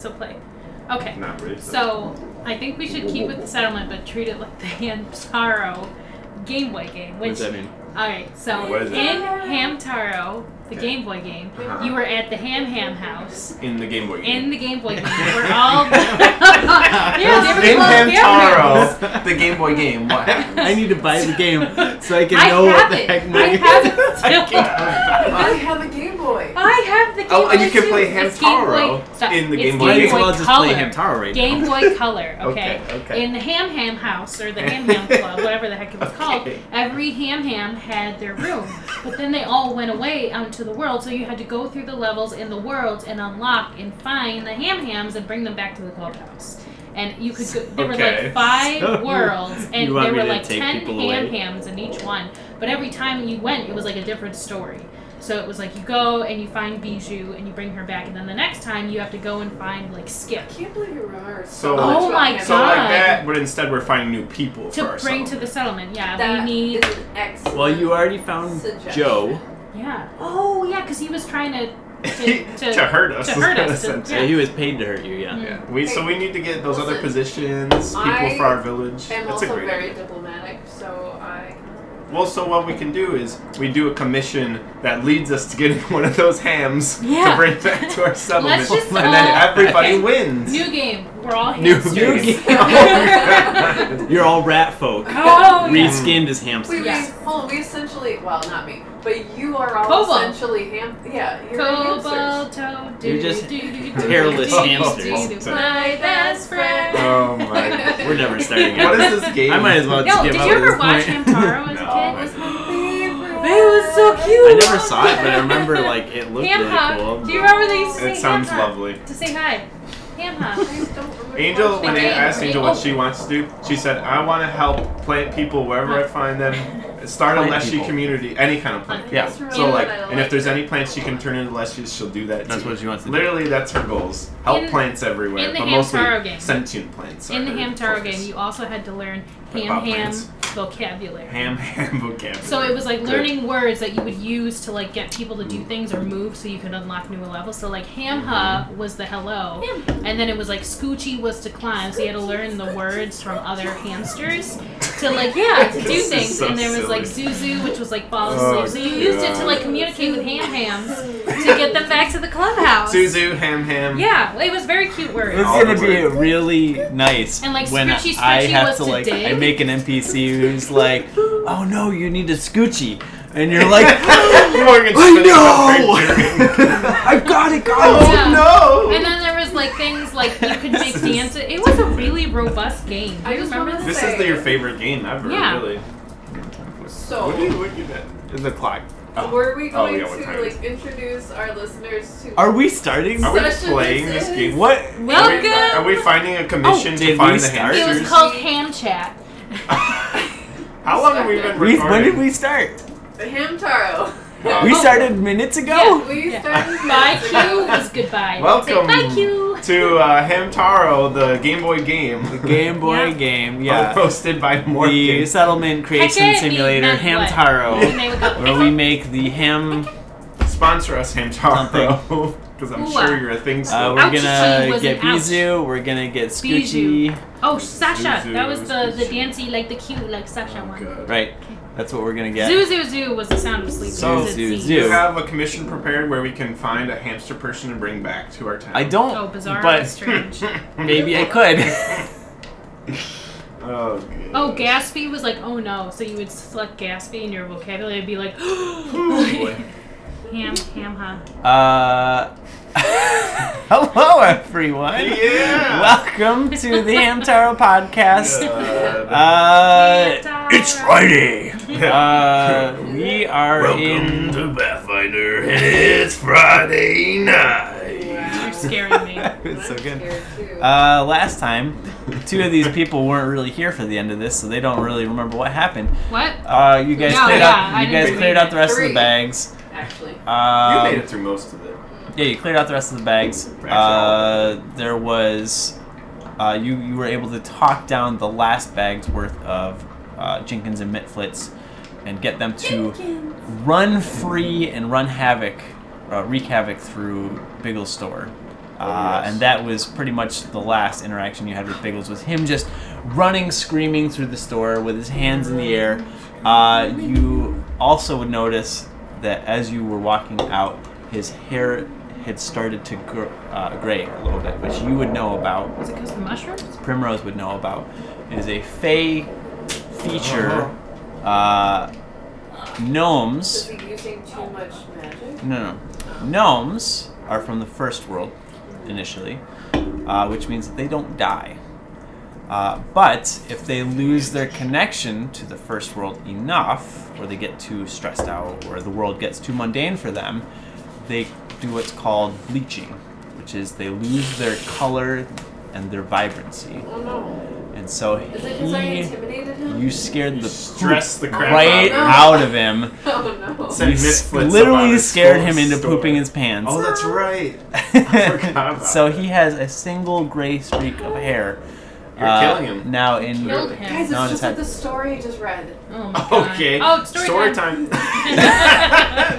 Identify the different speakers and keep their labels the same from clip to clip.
Speaker 1: still play. Okay.
Speaker 2: Not really.
Speaker 1: So I think we should keep with the settlement, but treat it like the Hamtaro Game Boy game.
Speaker 3: What
Speaker 1: Which
Speaker 3: does that mean?
Speaker 1: alright, so
Speaker 2: What is
Speaker 1: in
Speaker 2: it?
Speaker 1: Hamtaro, the
Speaker 2: Okay.
Speaker 1: Game Boy game,
Speaker 2: Uh-huh.
Speaker 1: you were at the Ham Ham house.
Speaker 3: In the Game Boy
Speaker 1: In the Game Boy game, where all the yeah, they were
Speaker 2: Name
Speaker 1: called
Speaker 2: him
Speaker 1: Ham Hams.
Speaker 2: Taro, the Game Boy game. What happened?
Speaker 3: I need to buy the game so I can
Speaker 1: I
Speaker 3: know
Speaker 1: have
Speaker 3: what the
Speaker 1: it.
Speaker 3: heck
Speaker 1: I
Speaker 3: my
Speaker 1: have it still.
Speaker 3: I can't-
Speaker 4: I have a Game Boy.
Speaker 1: I have the Game
Speaker 2: Oh,
Speaker 1: Boy
Speaker 2: and you can
Speaker 1: too.
Speaker 2: play
Speaker 1: It's Game
Speaker 2: Hamtaro
Speaker 1: Boy- stop.
Speaker 2: in the
Speaker 1: It's
Speaker 2: Game Boy
Speaker 3: Might
Speaker 2: game.
Speaker 3: as well just
Speaker 1: Color.
Speaker 3: play Hamtaro right
Speaker 1: Game
Speaker 3: now.
Speaker 1: Boy Color, okay?
Speaker 2: Okay, okay.
Speaker 1: In the Ham Ham House or the Ham Ham Club, whatever the heck it was called,
Speaker 2: Okay.
Speaker 1: every Ham Ham had their room. But then they all went away out into the world, so you had to go through the levels in the world and unlock and find the Ham Hams and bring them back to the clubhouse. And you could go, there were
Speaker 2: Okay.
Speaker 1: like five
Speaker 3: So you-
Speaker 1: worlds, and
Speaker 3: you want
Speaker 1: there
Speaker 3: me
Speaker 1: were
Speaker 3: to
Speaker 1: like
Speaker 3: take
Speaker 1: ten
Speaker 3: people
Speaker 1: Ham
Speaker 3: away?
Speaker 1: Hams in each one. But every time you went, it was like a different story. So it was like you go and you find Bijou and you bring her back, and then the next time you have to go and find like Skip.
Speaker 4: I can't believe you remember.
Speaker 2: So-
Speaker 4: much
Speaker 2: Oh
Speaker 4: about
Speaker 1: my
Speaker 4: Ham
Speaker 2: So like
Speaker 1: God.
Speaker 2: that, but instead we're finding new people for
Speaker 1: to bring
Speaker 2: ourselves.
Speaker 1: to the settlement. Yeah,
Speaker 4: That
Speaker 1: we need.
Speaker 4: is an excellent
Speaker 3: Well, you already found
Speaker 4: suggestion.
Speaker 3: Joe.
Speaker 1: Yeah. Oh yeah, because he was trying to to, to,
Speaker 2: to hurt us.
Speaker 1: to hurt us,
Speaker 2: in a sense.
Speaker 1: Yeah.
Speaker 3: So he was paid to hurt you, yeah.
Speaker 1: Mm.
Speaker 2: Yeah. We so we need to get those other
Speaker 4: Listen,
Speaker 2: positions, people
Speaker 4: I
Speaker 2: for our village.
Speaker 4: I'm
Speaker 2: That's a
Speaker 4: also
Speaker 2: great.
Speaker 4: very
Speaker 2: idea.
Speaker 4: diplomatic, so I.
Speaker 2: Well, so what we can do is we do a commission that leads us to getting one of those hams
Speaker 1: Yeah.
Speaker 2: to bring back to our settlement,
Speaker 1: just
Speaker 2: and then
Speaker 1: all-
Speaker 2: everybody
Speaker 1: okay.
Speaker 2: wins.
Speaker 1: new game. We're all
Speaker 2: New
Speaker 1: hamsters.
Speaker 3: New
Speaker 2: game.
Speaker 1: Oh,
Speaker 3: You're all rat folk.
Speaker 1: Oh yeah.
Speaker 2: Reese-
Speaker 3: Reskinned as
Speaker 4: We,
Speaker 3: hamsters.
Speaker 1: Yes.
Speaker 4: we, hold on, we essentially, well, not me, but you are all
Speaker 1: Kobold.
Speaker 4: essentially ham. Yeah, you're hamsters.
Speaker 1: Kobolto, do
Speaker 3: You're just
Speaker 1: do, do, do,
Speaker 3: hairless
Speaker 1: do, do,
Speaker 3: hamsters.
Speaker 1: do, do, My best friend.
Speaker 2: Oh my.
Speaker 3: We're never starting
Speaker 2: What
Speaker 3: out.
Speaker 2: is this game?
Speaker 3: I might as well just
Speaker 1: No,
Speaker 3: give
Speaker 1: did
Speaker 3: up
Speaker 1: you
Speaker 3: at
Speaker 1: ever
Speaker 3: this
Speaker 1: watch
Speaker 3: point.
Speaker 1: Hamtaro as
Speaker 2: No.
Speaker 1: a kid?
Speaker 4: was my favorite.
Speaker 1: It was so
Speaker 3: I
Speaker 1: cute.
Speaker 3: never saw it, but I remember like it looked
Speaker 1: Ham
Speaker 3: really
Speaker 1: hock.
Speaker 3: cool.
Speaker 1: Do you remember they used to say
Speaker 2: It sounds
Speaker 1: ham hock?
Speaker 2: lovely.
Speaker 1: To say hi, ham hock.
Speaker 4: I don't remember
Speaker 2: Angel,
Speaker 4: watching
Speaker 2: when I
Speaker 4: it.
Speaker 2: asked Angel what
Speaker 1: Oh.
Speaker 2: she wants to do, she said, "I want to help plant people wherever I find them. Start a
Speaker 3: Plant
Speaker 2: Leshy
Speaker 3: people.
Speaker 2: community, any kind of plant.
Speaker 1: Plant
Speaker 2: Yeah.
Speaker 4: people.
Speaker 2: So like,
Speaker 4: Yeah.
Speaker 2: and if there's any plants she can turn into Leshies, she'll do that.
Speaker 3: That's
Speaker 2: too.
Speaker 3: what she wants to do.
Speaker 2: Literally, that's her goals. Help
Speaker 1: In-
Speaker 2: plants everywhere,
Speaker 1: in the
Speaker 2: but mostly
Speaker 1: Hamtaro game.
Speaker 2: sentient plants.
Speaker 1: In the
Speaker 2: are her
Speaker 1: Hamtaro
Speaker 2: focus.
Speaker 1: game, you also had to learn
Speaker 2: What
Speaker 1: ham
Speaker 2: about
Speaker 1: ham
Speaker 2: plants?
Speaker 1: vocabulary.
Speaker 2: ham ham vocabulary.
Speaker 1: So it was like
Speaker 2: Good. Mm.
Speaker 1: learning words that you would use to like get people to do things or move so you could unlock new levels. So like ham
Speaker 2: Mm-hmm.
Speaker 1: ha was the hello, and then it was like scoochie was to climb. So you had to learn the words from other hamsters to like yeah to do
Speaker 2: This is
Speaker 1: things.
Speaker 2: so
Speaker 1: and there was like Zuzu, which was like fall asleep.
Speaker 2: Oh,
Speaker 1: so you used it to like
Speaker 2: God.
Speaker 1: communicate with ham hams to get them back to the clubhouse.
Speaker 2: Suzu ham ham.
Speaker 1: Yeah, it was very cute words.
Speaker 3: It's
Speaker 2: All
Speaker 3: gonna
Speaker 2: the
Speaker 3: be
Speaker 2: words.
Speaker 3: really nice
Speaker 1: And, like,
Speaker 3: when
Speaker 1: Scritchy
Speaker 3: I
Speaker 1: Scritchy
Speaker 3: have
Speaker 1: was
Speaker 3: to
Speaker 1: to
Speaker 3: like
Speaker 1: dig.
Speaker 3: I make an NPC who's like, oh no, you need a scoochie, and you're like,
Speaker 2: Morgan
Speaker 3: I
Speaker 2: Spinner's up
Speaker 3: know!
Speaker 2: there.
Speaker 3: I've got it,
Speaker 2: oh
Speaker 3: guys.
Speaker 1: Yeah.
Speaker 2: no!
Speaker 1: And then there was like things like you could make
Speaker 2: This is-
Speaker 1: dances. It was a really robust game. Do
Speaker 4: I
Speaker 1: you
Speaker 4: just
Speaker 1: remember
Speaker 4: wanna
Speaker 1: this?
Speaker 2: this is the, your favorite game ever,
Speaker 1: Yeah.
Speaker 2: really.
Speaker 4: So-
Speaker 2: what do you, what do you bet? The clock. Oh.
Speaker 4: Were we
Speaker 2: Oh,
Speaker 4: going
Speaker 2: yeah, what time
Speaker 4: to
Speaker 2: is
Speaker 4: like introduce our listeners to?
Speaker 3: Are we starting?
Speaker 2: Are we
Speaker 4: Session
Speaker 2: playing this
Speaker 4: this is-
Speaker 2: game?
Speaker 3: What?
Speaker 2: Are we-
Speaker 1: Welcome.
Speaker 2: Are we finding a commission
Speaker 3: Oh, did
Speaker 2: to
Speaker 3: we
Speaker 2: find the
Speaker 3: start?
Speaker 1: It
Speaker 2: hamsters?
Speaker 1: was called Ham Chat.
Speaker 2: How long have we been
Speaker 3: We,
Speaker 2: recording?
Speaker 3: when did we start?
Speaker 4: Hamtaro?
Speaker 2: Wow.
Speaker 1: Oh.
Speaker 3: We started minutes ago.
Speaker 4: We
Speaker 1: Yeah.
Speaker 4: started.
Speaker 1: Bye
Speaker 4: this-
Speaker 1: Q was goodbye. That's it.
Speaker 2: Welcome.
Speaker 1: Bye Q.
Speaker 2: to uh, Hamtaro, the Game Boy game.
Speaker 3: Game Boy
Speaker 1: Yeah.
Speaker 2: Oh,
Speaker 3: game, yeah.
Speaker 2: Hosted by
Speaker 3: The
Speaker 2: Morgan.
Speaker 3: settlement creation
Speaker 1: Heck yeah, it
Speaker 3: simulator,
Speaker 1: means
Speaker 3: Hamtaro,
Speaker 1: And they would go.
Speaker 3: where we make the ham.
Speaker 2: Sponsor us, Hamtaro. Because I'm
Speaker 1: Ooh,
Speaker 2: sure
Speaker 1: uh,
Speaker 2: you're a thing
Speaker 3: Uh,
Speaker 2: store.
Speaker 3: we're
Speaker 1: Ouchie
Speaker 3: gonna
Speaker 1: was
Speaker 3: get
Speaker 1: an ouch.
Speaker 3: Bizu. We're gonna get
Speaker 1: Bijou.
Speaker 3: Scoochie.
Speaker 1: Oh Sasha,
Speaker 2: Zuzu
Speaker 1: that was
Speaker 2: was
Speaker 1: the the
Speaker 2: Zuzu.
Speaker 1: dancey like the cute like Sasha one.
Speaker 3: Right. That's what we're gonna get.
Speaker 1: Zoo zoo zoo was the sound of sleep.
Speaker 2: So-
Speaker 1: because it
Speaker 3: Zoo,
Speaker 1: seemed-
Speaker 2: Do you
Speaker 3: zoo.
Speaker 2: have a commission prepared where we can find a hamster person and bring back to our town?
Speaker 3: I don't.
Speaker 1: Oh bizarre and
Speaker 3: But
Speaker 1: strange.
Speaker 3: maybe I could.
Speaker 2: Oh,
Speaker 1: Oh,
Speaker 2: goodness.
Speaker 1: Gatsby was like, oh no. So you would select Gatsby in your vocabulary and be like,
Speaker 2: Oh, boy.
Speaker 1: ham, ham, ha.
Speaker 3: uh. Hello, everyone.
Speaker 2: Yeah.
Speaker 3: Welcome to the Hamtaro podcast.
Speaker 2: Uh,
Speaker 3: Uh,
Speaker 1: Friday.
Speaker 3: uh, we are in.
Speaker 2: to Pathfinder, and it's Friday night.
Speaker 1: You're scaring me.
Speaker 3: it's so good.
Speaker 4: Here, too.
Speaker 3: Uh, last time, two of these people weren't really here for the end of this, so they don't really remember what happened.
Speaker 1: What?
Speaker 3: Uh, you guys
Speaker 1: No,
Speaker 3: cleared
Speaker 1: yeah,
Speaker 3: out.
Speaker 1: I
Speaker 3: You guys
Speaker 1: didn't
Speaker 3: cleared
Speaker 1: read
Speaker 3: out the rest of the
Speaker 4: Three.
Speaker 3: bags.
Speaker 4: Actually,
Speaker 3: Um,
Speaker 2: you made it through most of it.
Speaker 3: Yeah, you cleared out the rest of the bags.
Speaker 2: Actually, all
Speaker 3: Uh, there was, uh, you you were able to talk down the last bag's worth of uh, Jenkins and Mitflits, and get them to run free and run havoc, uh, wreak havoc through Biggle's store. Uh, and that was pretty much the last interaction you had with Biggles was him just running, screaming through the store with his hands in the air. Uh, you also would notice that as you were walking out, his hair had started to gr- uh, gray a little bit, which you would know about.
Speaker 1: Is it because of the mushrooms?
Speaker 3: Primrose would know about is a fey feature. Uh,
Speaker 4: Is
Speaker 3: gnomes.
Speaker 4: he using too much magic?
Speaker 3: No, no. Gnomes are from the first world initially, uh, which means that they don't die. Uh, but if they lose their connection to the first world enough, or they get too stressed out, or the world gets too mundane for them, they do what's called bleaching, which is they lose their color and their vibrancy.
Speaker 4: Oh no.
Speaker 3: And so
Speaker 4: Is it because I
Speaker 3: he,
Speaker 4: intimidated him?
Speaker 3: you scared the
Speaker 2: Stress the crap
Speaker 3: right
Speaker 2: out.
Speaker 3: out of him.
Speaker 4: oh no.
Speaker 2: Send
Speaker 3: You s-
Speaker 2: Misfits about
Speaker 3: literally
Speaker 2: his
Speaker 3: scared
Speaker 2: store-
Speaker 3: him into
Speaker 2: store.
Speaker 3: pooping his pants.
Speaker 2: Oh, that's right. forgot about
Speaker 3: so
Speaker 2: that.
Speaker 3: he has a single gray streak of hair.
Speaker 2: You're
Speaker 3: uh,
Speaker 2: killing him.
Speaker 3: Now in
Speaker 1: Killed him.
Speaker 4: Guys, it's
Speaker 3: No, I
Speaker 4: just
Speaker 3: just
Speaker 4: like
Speaker 3: had-
Speaker 4: the story I just read.
Speaker 1: Oh my god.
Speaker 2: Okay.
Speaker 1: Oh, it's story,
Speaker 2: time.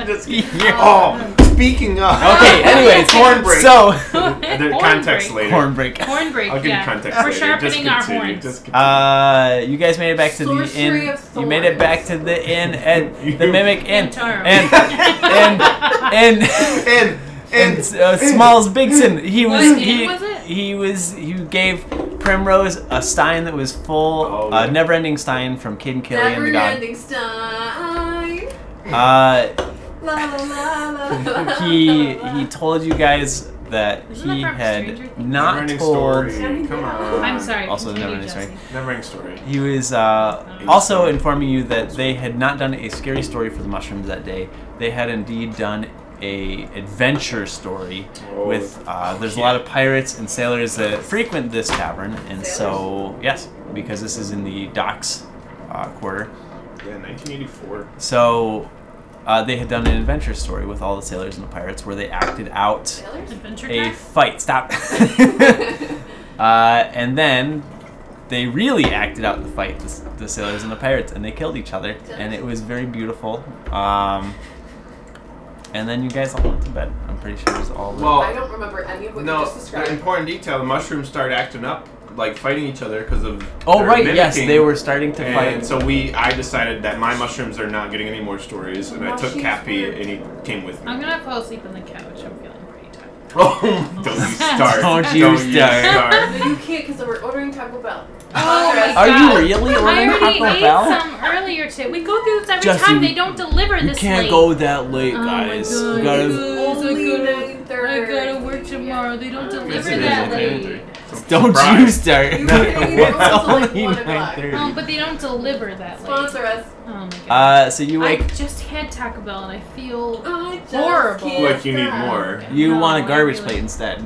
Speaker 2: Just-
Speaker 3: Yeah.
Speaker 2: Oh, speaking of.
Speaker 3: Okay, anyways,
Speaker 2: Horn break.
Speaker 3: So
Speaker 2: And then context later.
Speaker 3: horn break.
Speaker 1: Horn break.
Speaker 2: I'll give
Speaker 1: yeah.
Speaker 2: you context
Speaker 1: We're
Speaker 2: later.
Speaker 1: sharpening
Speaker 2: Just
Speaker 1: our
Speaker 2: continue.
Speaker 1: horns.
Speaker 2: Just continue.
Speaker 3: Uh, you guys made it back to the
Speaker 4: Sorcery
Speaker 3: inn.
Speaker 4: of
Speaker 3: You made it back to the inn and the
Speaker 2: You-
Speaker 3: mimic inn
Speaker 1: Kentaro.
Speaker 3: and
Speaker 2: and,
Speaker 3: and and. and
Speaker 2: and,
Speaker 3: uh, Smalls Bigson, he
Speaker 1: What
Speaker 3: was
Speaker 1: game
Speaker 3: he,
Speaker 1: was it?
Speaker 3: he was he gave Primrose a stein that was full,
Speaker 2: Oh,
Speaker 3: a
Speaker 2: yeah.
Speaker 3: never-ending stein from Kid and Killian the
Speaker 4: Never
Speaker 3: God.
Speaker 4: ending story.
Speaker 3: Uh,
Speaker 4: La la la la. la,
Speaker 3: he
Speaker 4: la, la.
Speaker 3: he told you guys that
Speaker 1: Isn't that
Speaker 3: he
Speaker 1: from Stranger
Speaker 3: had
Speaker 1: Things?
Speaker 3: not
Speaker 2: Never-ending
Speaker 3: told.
Speaker 2: story. Come on.
Speaker 1: I'm sorry.
Speaker 3: Also,
Speaker 1: continue,
Speaker 3: never mind, sorry.
Speaker 1: Jesse.
Speaker 2: Never-ending story.
Speaker 3: He was uh,
Speaker 1: Oh.
Speaker 3: also informing you that they had not done a scary story for the mushrooms that day. They had indeed done a adventure story with uh, there's a lot of pirates and sailors that frequent this tavern, and so yes, because this is in the docks uh, quarter.
Speaker 2: Yeah, 1984.
Speaker 3: So uh, they had done an adventure story with all the sailors and the pirates where they acted out
Speaker 4: Sailors?
Speaker 1: Adventure
Speaker 3: a
Speaker 1: time.
Speaker 3: fight. Stop. Uh, and then they really acted out the fight, the, the sailors and the pirates, and they killed each other. And it was very beautiful. Um, and then you guys all went to bed. I'm pretty sure it was all.
Speaker 2: Well,
Speaker 4: I don't remember any of what you
Speaker 2: no,
Speaker 4: just described.
Speaker 2: an important detail, the mushrooms started acting up, like fighting each other because of
Speaker 3: oh,
Speaker 2: their
Speaker 3: right, yes,
Speaker 2: mimicking.
Speaker 3: they were starting to
Speaker 2: And
Speaker 3: fight.
Speaker 2: so we, I decided that my mushrooms are not getting any more stories, and I took
Speaker 4: Mushrooms
Speaker 2: Cappy,
Speaker 4: were-
Speaker 2: and he came with me.
Speaker 1: I'm gonna fall asleep on the couch. I'm feeling pretty tired.
Speaker 2: Oh, don't you start.
Speaker 3: Don't you start.
Speaker 4: No, you can't because we're ordering Taco Bell.
Speaker 1: Oh my
Speaker 3: Are
Speaker 1: God.
Speaker 3: you really
Speaker 1: I
Speaker 3: ordering
Speaker 1: already
Speaker 3: Taco
Speaker 1: ate
Speaker 3: Bell?
Speaker 1: some earlier today. We go through this every
Speaker 3: Jesse,
Speaker 1: time. They don't deliver
Speaker 3: you
Speaker 1: this
Speaker 3: can't
Speaker 1: late.
Speaker 3: go that late,
Speaker 1: Oh my
Speaker 3: guys.
Speaker 1: God.
Speaker 3: You gotta.
Speaker 4: Only
Speaker 1: I
Speaker 4: 9:30.
Speaker 1: gotta, I gotta work tomorrow. They don't
Speaker 2: Yes,
Speaker 1: deliver
Speaker 2: it is
Speaker 1: that
Speaker 2: okay.
Speaker 1: late.
Speaker 2: It's a
Speaker 3: Don't you
Speaker 2: surprise.
Speaker 3: start.
Speaker 4: You can't eat it
Speaker 3: it's
Speaker 4: until, like,
Speaker 3: only
Speaker 4: one o'clock.
Speaker 3: 9:30.
Speaker 1: Um, but they don't deliver that late.
Speaker 4: Sponsor us.
Speaker 1: Oh my god.
Speaker 3: Uh, so you wake.
Speaker 1: I just had Taco Bell and I feel.
Speaker 4: Oh, I just
Speaker 1: Horrible.
Speaker 4: can't
Speaker 2: Like you need
Speaker 4: stop.
Speaker 2: more.
Speaker 3: You
Speaker 1: No,
Speaker 3: want a
Speaker 1: I
Speaker 3: garbage
Speaker 1: really-
Speaker 3: plate instead.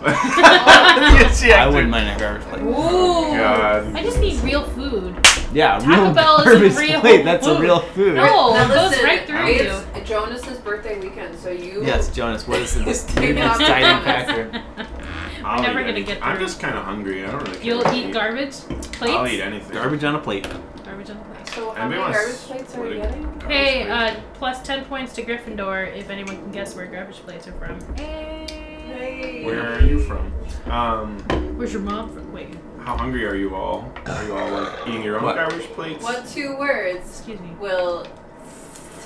Speaker 2: Yes, yeah,
Speaker 3: I wouldn't
Speaker 2: dude.
Speaker 3: mind a garbage plate.
Speaker 1: Ooh.
Speaker 2: Oh God.
Speaker 1: I just need real food.
Speaker 3: Yeah,
Speaker 1: Taco
Speaker 3: real
Speaker 1: Bell is a
Speaker 3: garbage
Speaker 1: real
Speaker 3: plate. That's a
Speaker 1: food.
Speaker 3: real food.
Speaker 1: No,
Speaker 4: Now
Speaker 1: it goes
Speaker 4: listen,
Speaker 1: right through you.
Speaker 4: it's Jonas's birthday weekend, so you.
Speaker 3: Yes, Jonas, what is the this
Speaker 4: Take it off.
Speaker 3: deciding factor?
Speaker 2: I'll
Speaker 1: never
Speaker 2: eat
Speaker 1: gonna
Speaker 2: any-
Speaker 1: get
Speaker 2: I'm
Speaker 1: through.
Speaker 2: just kind of hungry. I don't really. care
Speaker 1: You'll
Speaker 2: what I
Speaker 1: eat garbage plates.
Speaker 2: I'll eat anything.
Speaker 3: Garbage on a plate.
Speaker 1: Garbage on the plate.
Speaker 4: So how
Speaker 2: Anybody
Speaker 4: many
Speaker 2: wanna
Speaker 4: garbage
Speaker 2: split
Speaker 4: plates are
Speaker 2: a
Speaker 4: we getting?
Speaker 2: garbage
Speaker 1: Hey,
Speaker 2: plate?
Speaker 1: uh, plus ten points to Gryffindor if anyone can guess where garbage plates are from. Hey.
Speaker 2: where are you from? Um,
Speaker 1: Where's your mom from? Wait,
Speaker 2: how hungry are you all? Are you all like eating your own
Speaker 3: What?
Speaker 2: garbage plates?
Speaker 4: What two words
Speaker 1: excuse me.
Speaker 4: will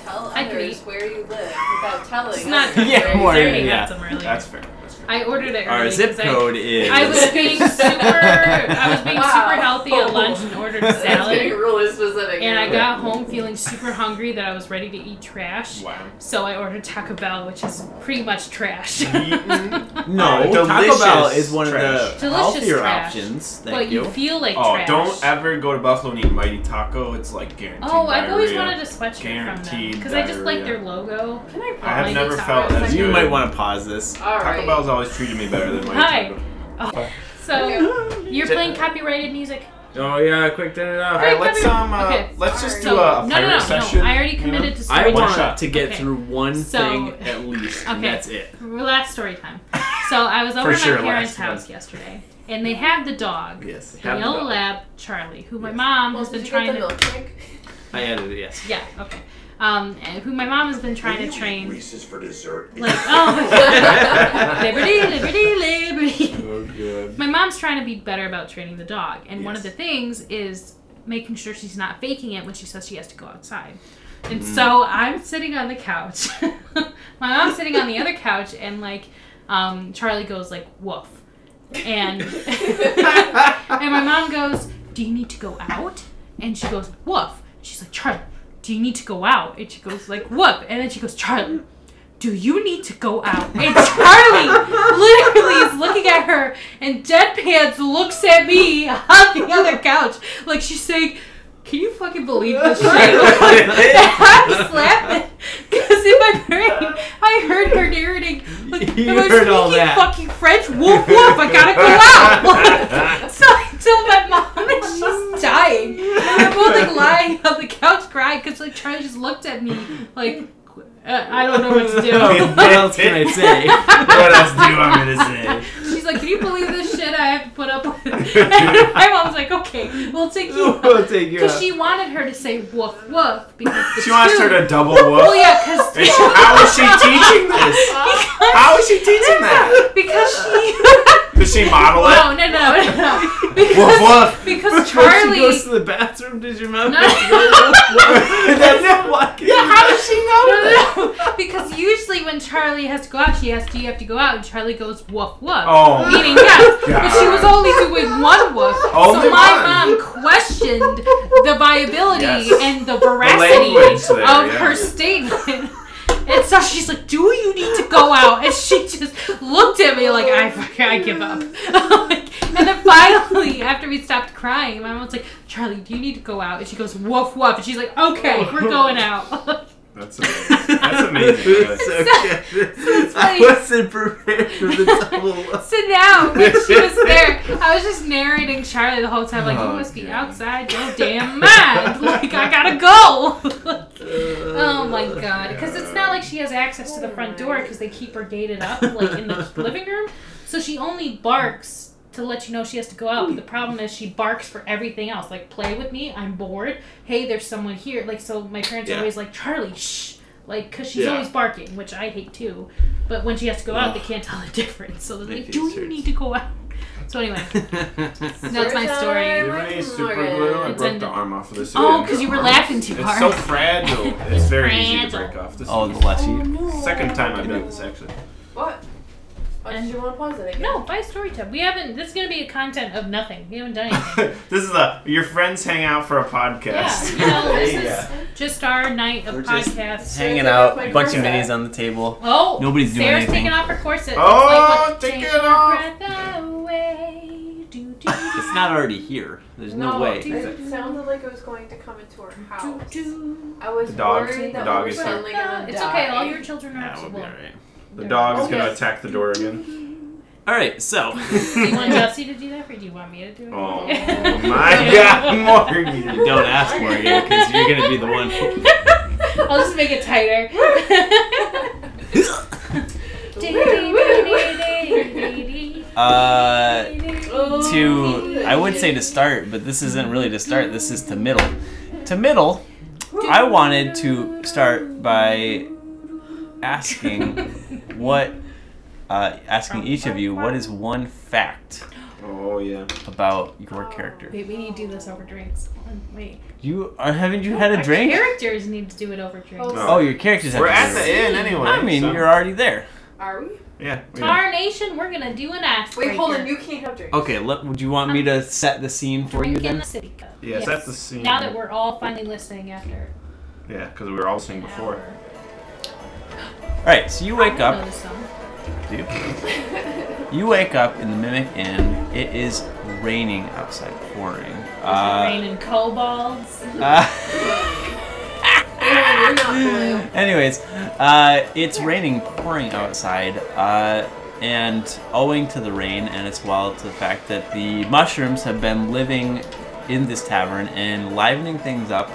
Speaker 4: tell
Speaker 1: I can
Speaker 4: others
Speaker 1: eat.
Speaker 4: where you live without telling?
Speaker 1: It's not.
Speaker 4: others
Speaker 3: Yeah,
Speaker 1: very-
Speaker 3: more,
Speaker 1: I already
Speaker 3: yeah.
Speaker 1: had some earlier.
Speaker 2: That's fair. That's fair.
Speaker 1: I ordered it.
Speaker 3: Our
Speaker 1: early
Speaker 3: zip
Speaker 1: 'cause I-
Speaker 3: code is.
Speaker 1: I was being super. I was being super
Speaker 4: Wow.
Speaker 1: healthy at lunch and ordered
Speaker 3: That's
Speaker 4: It's
Speaker 1: salad.
Speaker 4: getting really specific.
Speaker 1: And I got home feeling super hungry that I was ready to eat trash.
Speaker 2: Wow.
Speaker 1: So I ordered Taco Bell, which is pretty much trash.
Speaker 2: Yeetin'.
Speaker 3: no,
Speaker 2: Oh,
Speaker 3: Taco Bell
Speaker 2: delicious
Speaker 3: is one
Speaker 2: trash.
Speaker 3: of the
Speaker 1: Delicious
Speaker 3: healthier
Speaker 1: trash.
Speaker 3: options. Thank
Speaker 1: but you.
Speaker 3: you.
Speaker 1: feel like
Speaker 2: Oh,
Speaker 1: trash.
Speaker 2: don't ever go to Buffalo and eat Mighty Taco. It's like guaranteed.
Speaker 1: Oh, I've always
Speaker 2: diarrhea.
Speaker 1: wanted a sweatshirt from them
Speaker 2: Guaranteed
Speaker 1: because I just like their
Speaker 2: diarrhea.
Speaker 1: logo.
Speaker 4: Can I?
Speaker 2: I have
Speaker 1: Mighty
Speaker 2: never
Speaker 1: Taco
Speaker 2: felt
Speaker 1: is
Speaker 2: as
Speaker 1: like-
Speaker 3: You
Speaker 2: good.
Speaker 3: might want to pause this.
Speaker 4: All
Speaker 2: Taco
Speaker 4: right.
Speaker 2: Bell's always treated me better than Mighty
Speaker 1: Hi.
Speaker 2: Taco.
Speaker 1: Oh. So
Speaker 3: Oh
Speaker 1: you're playing copyrighted music.
Speaker 2: Oh,
Speaker 3: yeah, quick turn it
Speaker 2: All
Speaker 3: off.
Speaker 2: right,
Speaker 1: Alright,
Speaker 2: let's
Speaker 1: come
Speaker 2: um, uh,
Speaker 1: Okay.
Speaker 2: let's just
Speaker 1: So
Speaker 2: do a, a
Speaker 1: no,
Speaker 2: pirate
Speaker 1: no, no,
Speaker 2: session.
Speaker 1: no. I already
Speaker 2: you know?
Speaker 1: committed to
Speaker 3: I
Speaker 1: story
Speaker 2: one
Speaker 3: want
Speaker 1: time.
Speaker 2: shot.
Speaker 3: to get
Speaker 1: Okay.
Speaker 3: through one
Speaker 1: So-
Speaker 3: thing at least, and
Speaker 1: Okay.
Speaker 3: that's it.
Speaker 1: Last story time. So I was over
Speaker 2: For
Speaker 1: at my
Speaker 2: sure,
Speaker 1: parents'
Speaker 2: last one.
Speaker 1: house yesterday, and they have the dog,
Speaker 3: Yes.
Speaker 1: the yellow lab Charlie, who my mom
Speaker 4: Well,
Speaker 1: has
Speaker 4: did
Speaker 1: been
Speaker 4: you get
Speaker 1: trying
Speaker 4: the
Speaker 1: to.
Speaker 4: milkshake?
Speaker 3: I added it. Yes.
Speaker 1: Yeah. Okay. um, and who my mom has been trying
Speaker 5: Will
Speaker 1: to
Speaker 5: you eat
Speaker 1: train.
Speaker 5: Reese's for dessert.
Speaker 1: Like, oh, liberty, liberty, liberty.
Speaker 5: Oh, good.
Speaker 1: My mom's trying to be better about training the dog, and one of the things is making sure she's not faking it when she says she has to go outside. And so I'm sitting on the couch. My mom's sitting on the other couch, and like um, Charlie goes like woof, and and my mom goes, "Do you need to go out?" And she goes woof. She's like Charlie, do you need to go out? And she goes like woof, and then she goes Charlie. Do you need to go out? And Charlie literally is looking at her and deadpans looks at me on the other couch. Like she's saying, Can you fucking believe this shit? I'm slapping because in my brain I heard her narrating like
Speaker 3: You
Speaker 1: "Am I
Speaker 3: heard all
Speaker 1: speaking
Speaker 3: that."
Speaker 1: fucking French woof woof I gotta go out so I tell my mom and she's dying and we're both like lying on the couch crying because like Charlie just looked at me like uh, I don't know what to do
Speaker 3: what else can I say?
Speaker 5: what else do you want me to say?
Speaker 1: she's like can you believe this shit I have to put up with and my mom's like okay we'll take you
Speaker 3: we'll take you
Speaker 1: because
Speaker 3: out.
Speaker 1: she wanted her to say woof woof because the
Speaker 2: She wants her
Speaker 1: two-
Speaker 2: to double whoop.
Speaker 1: well yeah because
Speaker 2: And she, how is she teaching this? How is she teaching that?
Speaker 1: Because she.
Speaker 2: Does she model it?
Speaker 1: no, no, no, no, no.
Speaker 2: Woof
Speaker 1: Because,
Speaker 2: woof.
Speaker 1: because
Speaker 3: Before
Speaker 1: Charlie.
Speaker 3: she goes to the bathroom, does your mom
Speaker 1: No.
Speaker 3: have to go? and that's walking.
Speaker 2: How does she know
Speaker 1: No,
Speaker 2: that?
Speaker 1: no, no. Because usually when Charlie has to go out, she has to. You have to go out, and Charlie goes woof woof.
Speaker 2: Oh.
Speaker 1: Meaning yes, but she was
Speaker 2: God.
Speaker 1: only doing one woof.
Speaker 2: Only
Speaker 1: so my
Speaker 2: one.
Speaker 1: mom questioned the viability
Speaker 2: Yes.
Speaker 1: and the veracity
Speaker 2: language there,
Speaker 1: of
Speaker 2: yeah.
Speaker 1: her statement. And so she's like, "Do you need to go out?" And she just looked at me like, "I, fuck- I give up." Like, and then finally, after we stopped crying, my mom was like, "Charlie, do you need to go out?" And she goes, "Woof woof." And she's like, "Okay, we're going out."
Speaker 2: That's amazing. That's amazing.
Speaker 3: That's
Speaker 2: really.
Speaker 3: so good. I
Speaker 1: funny.
Speaker 3: wasn't prepared for the double look.
Speaker 1: So now, when she was there, I was just narrating Charlie the whole time, like, you
Speaker 2: Oh,
Speaker 1: must be
Speaker 2: God.
Speaker 1: outside your damn mind. Like, I gotta go. oh my god. Because it's not like she has access to the front door because they keep her gated up, like, in the living room. So she only barks to let you know she has to go out. But the problem is she barks for everything else. Like, play with me, I'm bored. Hey, there's someone here. Like, so my parents are
Speaker 3: Yeah.
Speaker 1: always like, Charlie, shh. Like, because she's
Speaker 2: Yeah.
Speaker 1: always barking, which I hate too. But when she has to go out, they can't tell the difference. So they're
Speaker 3: My
Speaker 1: like,
Speaker 3: face
Speaker 1: do you
Speaker 3: hurts."
Speaker 1: need to go out? So anyway, that's my
Speaker 4: Story
Speaker 1: story.
Speaker 4: time.
Speaker 2: You ready? super
Speaker 4: Morgan.
Speaker 2: glue? I
Speaker 1: It's
Speaker 2: broke
Speaker 1: ended.
Speaker 2: the arm off of this.
Speaker 1: Oh,
Speaker 2: again.
Speaker 1: 'cause you were laughing too
Speaker 2: it's
Speaker 1: hard.
Speaker 2: so fragile. It's very easy to
Speaker 1: Fragile.
Speaker 2: break off. This
Speaker 3: oh,
Speaker 2: is
Speaker 3: bless you.
Speaker 2: the second time I've done this actually.
Speaker 4: What? Why did you want to pause it again?
Speaker 1: No, by story time. We haven't. This is gonna be a content of nothing. We haven't done anything.
Speaker 2: this is a your friends hang out for a
Speaker 1: yeah,
Speaker 2: podcast.
Speaker 1: you know, this is
Speaker 2: Yeah.
Speaker 1: just our night of
Speaker 3: We're just-
Speaker 1: podcasts.
Speaker 3: Hanging
Speaker 4: Sarah,
Speaker 3: out,
Speaker 4: take off my
Speaker 3: bunch of
Speaker 4: corset.
Speaker 3: minis on the table.
Speaker 1: Oh,
Speaker 3: Nobody's doing
Speaker 1: Sarah's
Speaker 3: anything.
Speaker 1: taking off her corset.
Speaker 2: Oh,
Speaker 1: It's like, what-
Speaker 2: take
Speaker 1: take
Speaker 2: it
Speaker 1: your
Speaker 2: off.
Speaker 1: breath away. Do, do,
Speaker 3: It's not already here. There's no, way.
Speaker 4: It sounded like it was going to come into our
Speaker 1: do,
Speaker 4: house.
Speaker 1: do.
Speaker 4: I was
Speaker 2: The dog-
Speaker 4: worried
Speaker 1: the
Speaker 4: that
Speaker 2: dog
Speaker 4: we
Speaker 2: is
Speaker 4: were
Speaker 2: here.
Speaker 4: suddenly gonna
Speaker 1: It's
Speaker 4: die.
Speaker 1: okay. All your children are
Speaker 3: That would be
Speaker 1: absolute.
Speaker 3: alright.
Speaker 2: The dog
Speaker 1: Oh,
Speaker 2: is gonna
Speaker 4: Okay.
Speaker 2: attack the door again.
Speaker 3: All right, so
Speaker 1: Do you want Jesse to do that, or do you want me to do it?
Speaker 2: Oh my God, Morgan!
Speaker 3: don't ask Morgan because you're gonna be the one.
Speaker 1: I'll just make it tighter.
Speaker 3: Uh,
Speaker 4: Oh,
Speaker 3: to I would say to start, but this isn't really to start. This is to middle. To middle, I wanted to start by asking what, uh, asking each of you what is one fact
Speaker 2: Oh yeah.
Speaker 3: about your character.
Speaker 1: Wait, we need to do this over drinks. Hold on, Wait.
Speaker 3: You are haven't you had a
Speaker 1: Our
Speaker 3: drink?
Speaker 1: Characters need to do it over drinks.
Speaker 4: Oh,
Speaker 3: Oh, your characters. have
Speaker 2: We're
Speaker 3: to
Speaker 2: at
Speaker 3: do
Speaker 2: the
Speaker 3: it.
Speaker 2: inn anyway.
Speaker 3: I mean,
Speaker 2: so-
Speaker 3: you're already there.
Speaker 4: Are we?
Speaker 2: yeah. yeah.
Speaker 1: Our nation, we're gonna do an ass.
Speaker 4: Wait, hold on. You can't have drinks.
Speaker 3: Okay, let, would you want me to set the scene for you
Speaker 1: Drink in
Speaker 3: then?
Speaker 1: the city cup.
Speaker 2: Yes, that's the scene.
Speaker 1: Now that we're all finally listening after.
Speaker 2: Yeah, because we were all singing
Speaker 1: an
Speaker 2: before.
Speaker 1: hour.
Speaker 3: All right, so you wake
Speaker 1: I know
Speaker 3: up.
Speaker 1: this song.
Speaker 3: Do you? You wake up in the Mimic Inn. It is raining outside, pouring. Uh,
Speaker 1: Rain and kobolds.
Speaker 4: You're not blue.
Speaker 3: anyways, uh, it's raining, pouring outside, uh, and owing to the rain, and as well to the fact that the mushrooms have been living in this tavern and livening things up,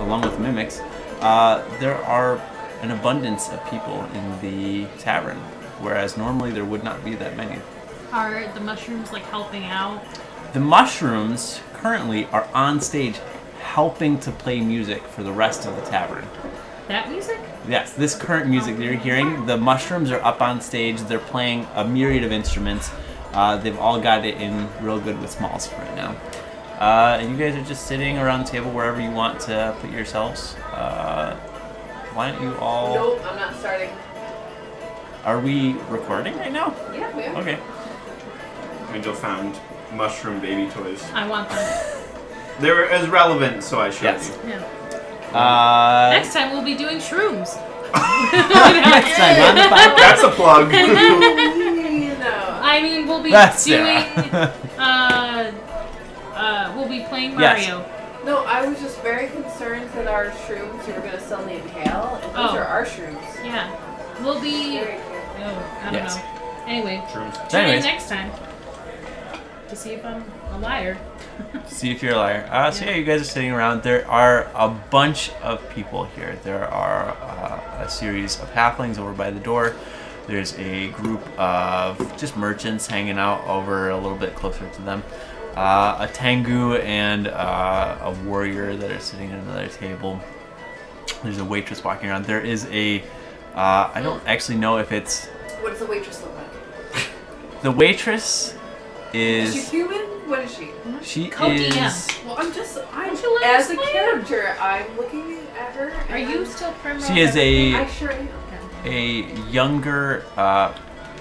Speaker 3: along with mimics, uh, there are an abundance of people in the tavern, whereas normally there would not be that many.
Speaker 1: Are the mushrooms like helping out?
Speaker 3: The mushrooms currently are on stage helping to play music for the rest of the tavern.
Speaker 1: That music?
Speaker 3: Yes, this current music that you're hearing, the mushrooms are up on stage. They're playing a myriad of instruments. Uh, they've all got it in real good with smalls for right now. Uh, and you guys are just sitting around the table wherever you want to put yourselves. Uh, why don't you all.
Speaker 4: Nope, I'm not starting.
Speaker 3: Are we recording right now?
Speaker 4: Yeah, we are.
Speaker 3: Okay.
Speaker 2: Angel found mushroom baby toys.
Speaker 1: I want them.
Speaker 2: They were as relevant, so I showed
Speaker 3: Yes.
Speaker 2: you.
Speaker 1: Yeah.
Speaker 3: Uh,
Speaker 1: Next time we'll be doing shrooms.
Speaker 3: next time on the podcast.
Speaker 2: That's a plug.
Speaker 4: No.
Speaker 1: I mean, we'll be
Speaker 3: That's
Speaker 1: doing.
Speaker 3: Sarah.
Speaker 1: uh, uh, we'll be playing
Speaker 3: Yes.
Speaker 1: Mario.
Speaker 4: No, I was just very concerned that our shrooms you were gonna suddenly inhale, and those
Speaker 1: Oh.
Speaker 4: are our shrooms.
Speaker 1: Yeah. We'll be.
Speaker 4: Very cute.
Speaker 1: Oh, I don't
Speaker 3: Yes.
Speaker 1: know. Anyway,
Speaker 3: So
Speaker 1: tune in
Speaker 3: anyways,
Speaker 1: next time to see if I'm a liar.
Speaker 3: see if you're a liar. Uh, so
Speaker 1: Yeah.
Speaker 3: yeah, you guys are sitting around. There are a bunch of people here. There are uh, a series of halflings over by the door. There's a group of just merchants hanging out over a little bit closer to them. Uh, a tengu and uh, a warrior that are sitting at another table. There's a waitress walking around. There is a. Uh, I don't actually know if it's
Speaker 4: What does the waitress look like?
Speaker 3: The waitress
Speaker 4: Is she
Speaker 3: is
Speaker 4: human? What is she?
Speaker 3: she
Speaker 1: Cody, yeah.
Speaker 3: is
Speaker 4: Well, I'm just. I'm
Speaker 1: Don't you let
Speaker 4: as
Speaker 1: us
Speaker 4: a
Speaker 1: play it?
Speaker 4: character. I'm looking at her. And
Speaker 1: Are you still primrose?
Speaker 3: she is
Speaker 4: I
Speaker 3: a
Speaker 4: sure am.
Speaker 3: a younger, uh,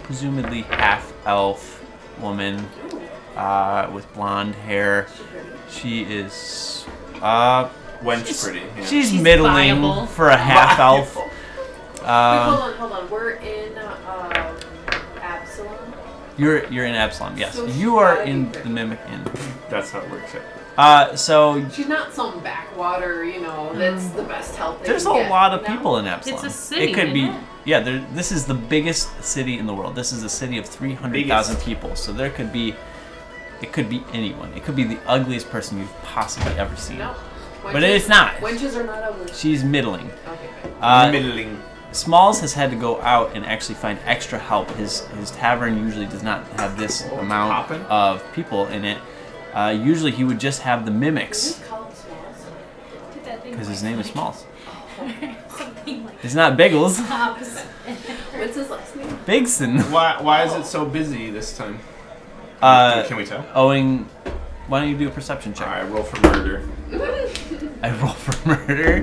Speaker 3: presumably half elf woman
Speaker 4: Ooh,
Speaker 3: uh, with blonde hair.
Speaker 4: she's pretty.
Speaker 3: She is uh,
Speaker 2: Wench pretty. Yeah.
Speaker 3: she's,
Speaker 1: She's
Speaker 3: middling
Speaker 1: viable.
Speaker 3: for a half elf.
Speaker 4: Wait, hold
Speaker 3: Um,
Speaker 4: on, hold on. We're in um, Absalom.
Speaker 3: you're you're in Absalom, yes.
Speaker 4: So she's
Speaker 3: you are
Speaker 4: gotta be
Speaker 3: in
Speaker 4: pretty.
Speaker 3: the Mimic Inn.
Speaker 2: That's how it works. Out.
Speaker 3: Uh, so
Speaker 4: She's not some backwater, you know, that's the best help. They
Speaker 3: There's a
Speaker 4: can get,
Speaker 3: lot of
Speaker 4: no?
Speaker 3: people in Absalom.
Speaker 1: It's a city,
Speaker 3: It could be.
Speaker 1: isn't it?
Speaker 3: Yeah, there, this is the biggest city in the world. This is a city of 300,000 people. So there could be. It could be anyone. It could be the ugliest person you've possibly ever seen.
Speaker 4: No.
Speaker 3: But it is not.
Speaker 4: Wenches are not ugly.
Speaker 3: She's middling.
Speaker 4: Okay, fine.
Speaker 3: Uh,
Speaker 2: Middling.
Speaker 3: Smalls has had to go out and actually find extra help. His his tavern usually does not have this
Speaker 2: Oh,
Speaker 3: amount
Speaker 2: poppin'.
Speaker 3: of people in it. Uh, usually he would just have the mimics
Speaker 4: Just call them smalls.
Speaker 3: because his name is Smalls.
Speaker 1: Something like
Speaker 3: It's not Biggles,
Speaker 1: Hobbs.
Speaker 4: What's his last name?
Speaker 3: Bigson.
Speaker 2: Why? Why is it so busy this time?
Speaker 3: Uh,
Speaker 2: Can we tell?
Speaker 3: Owing, why don't you do a perception
Speaker 2: All
Speaker 3: check?
Speaker 2: right, roll for murder.
Speaker 3: I roll for murder.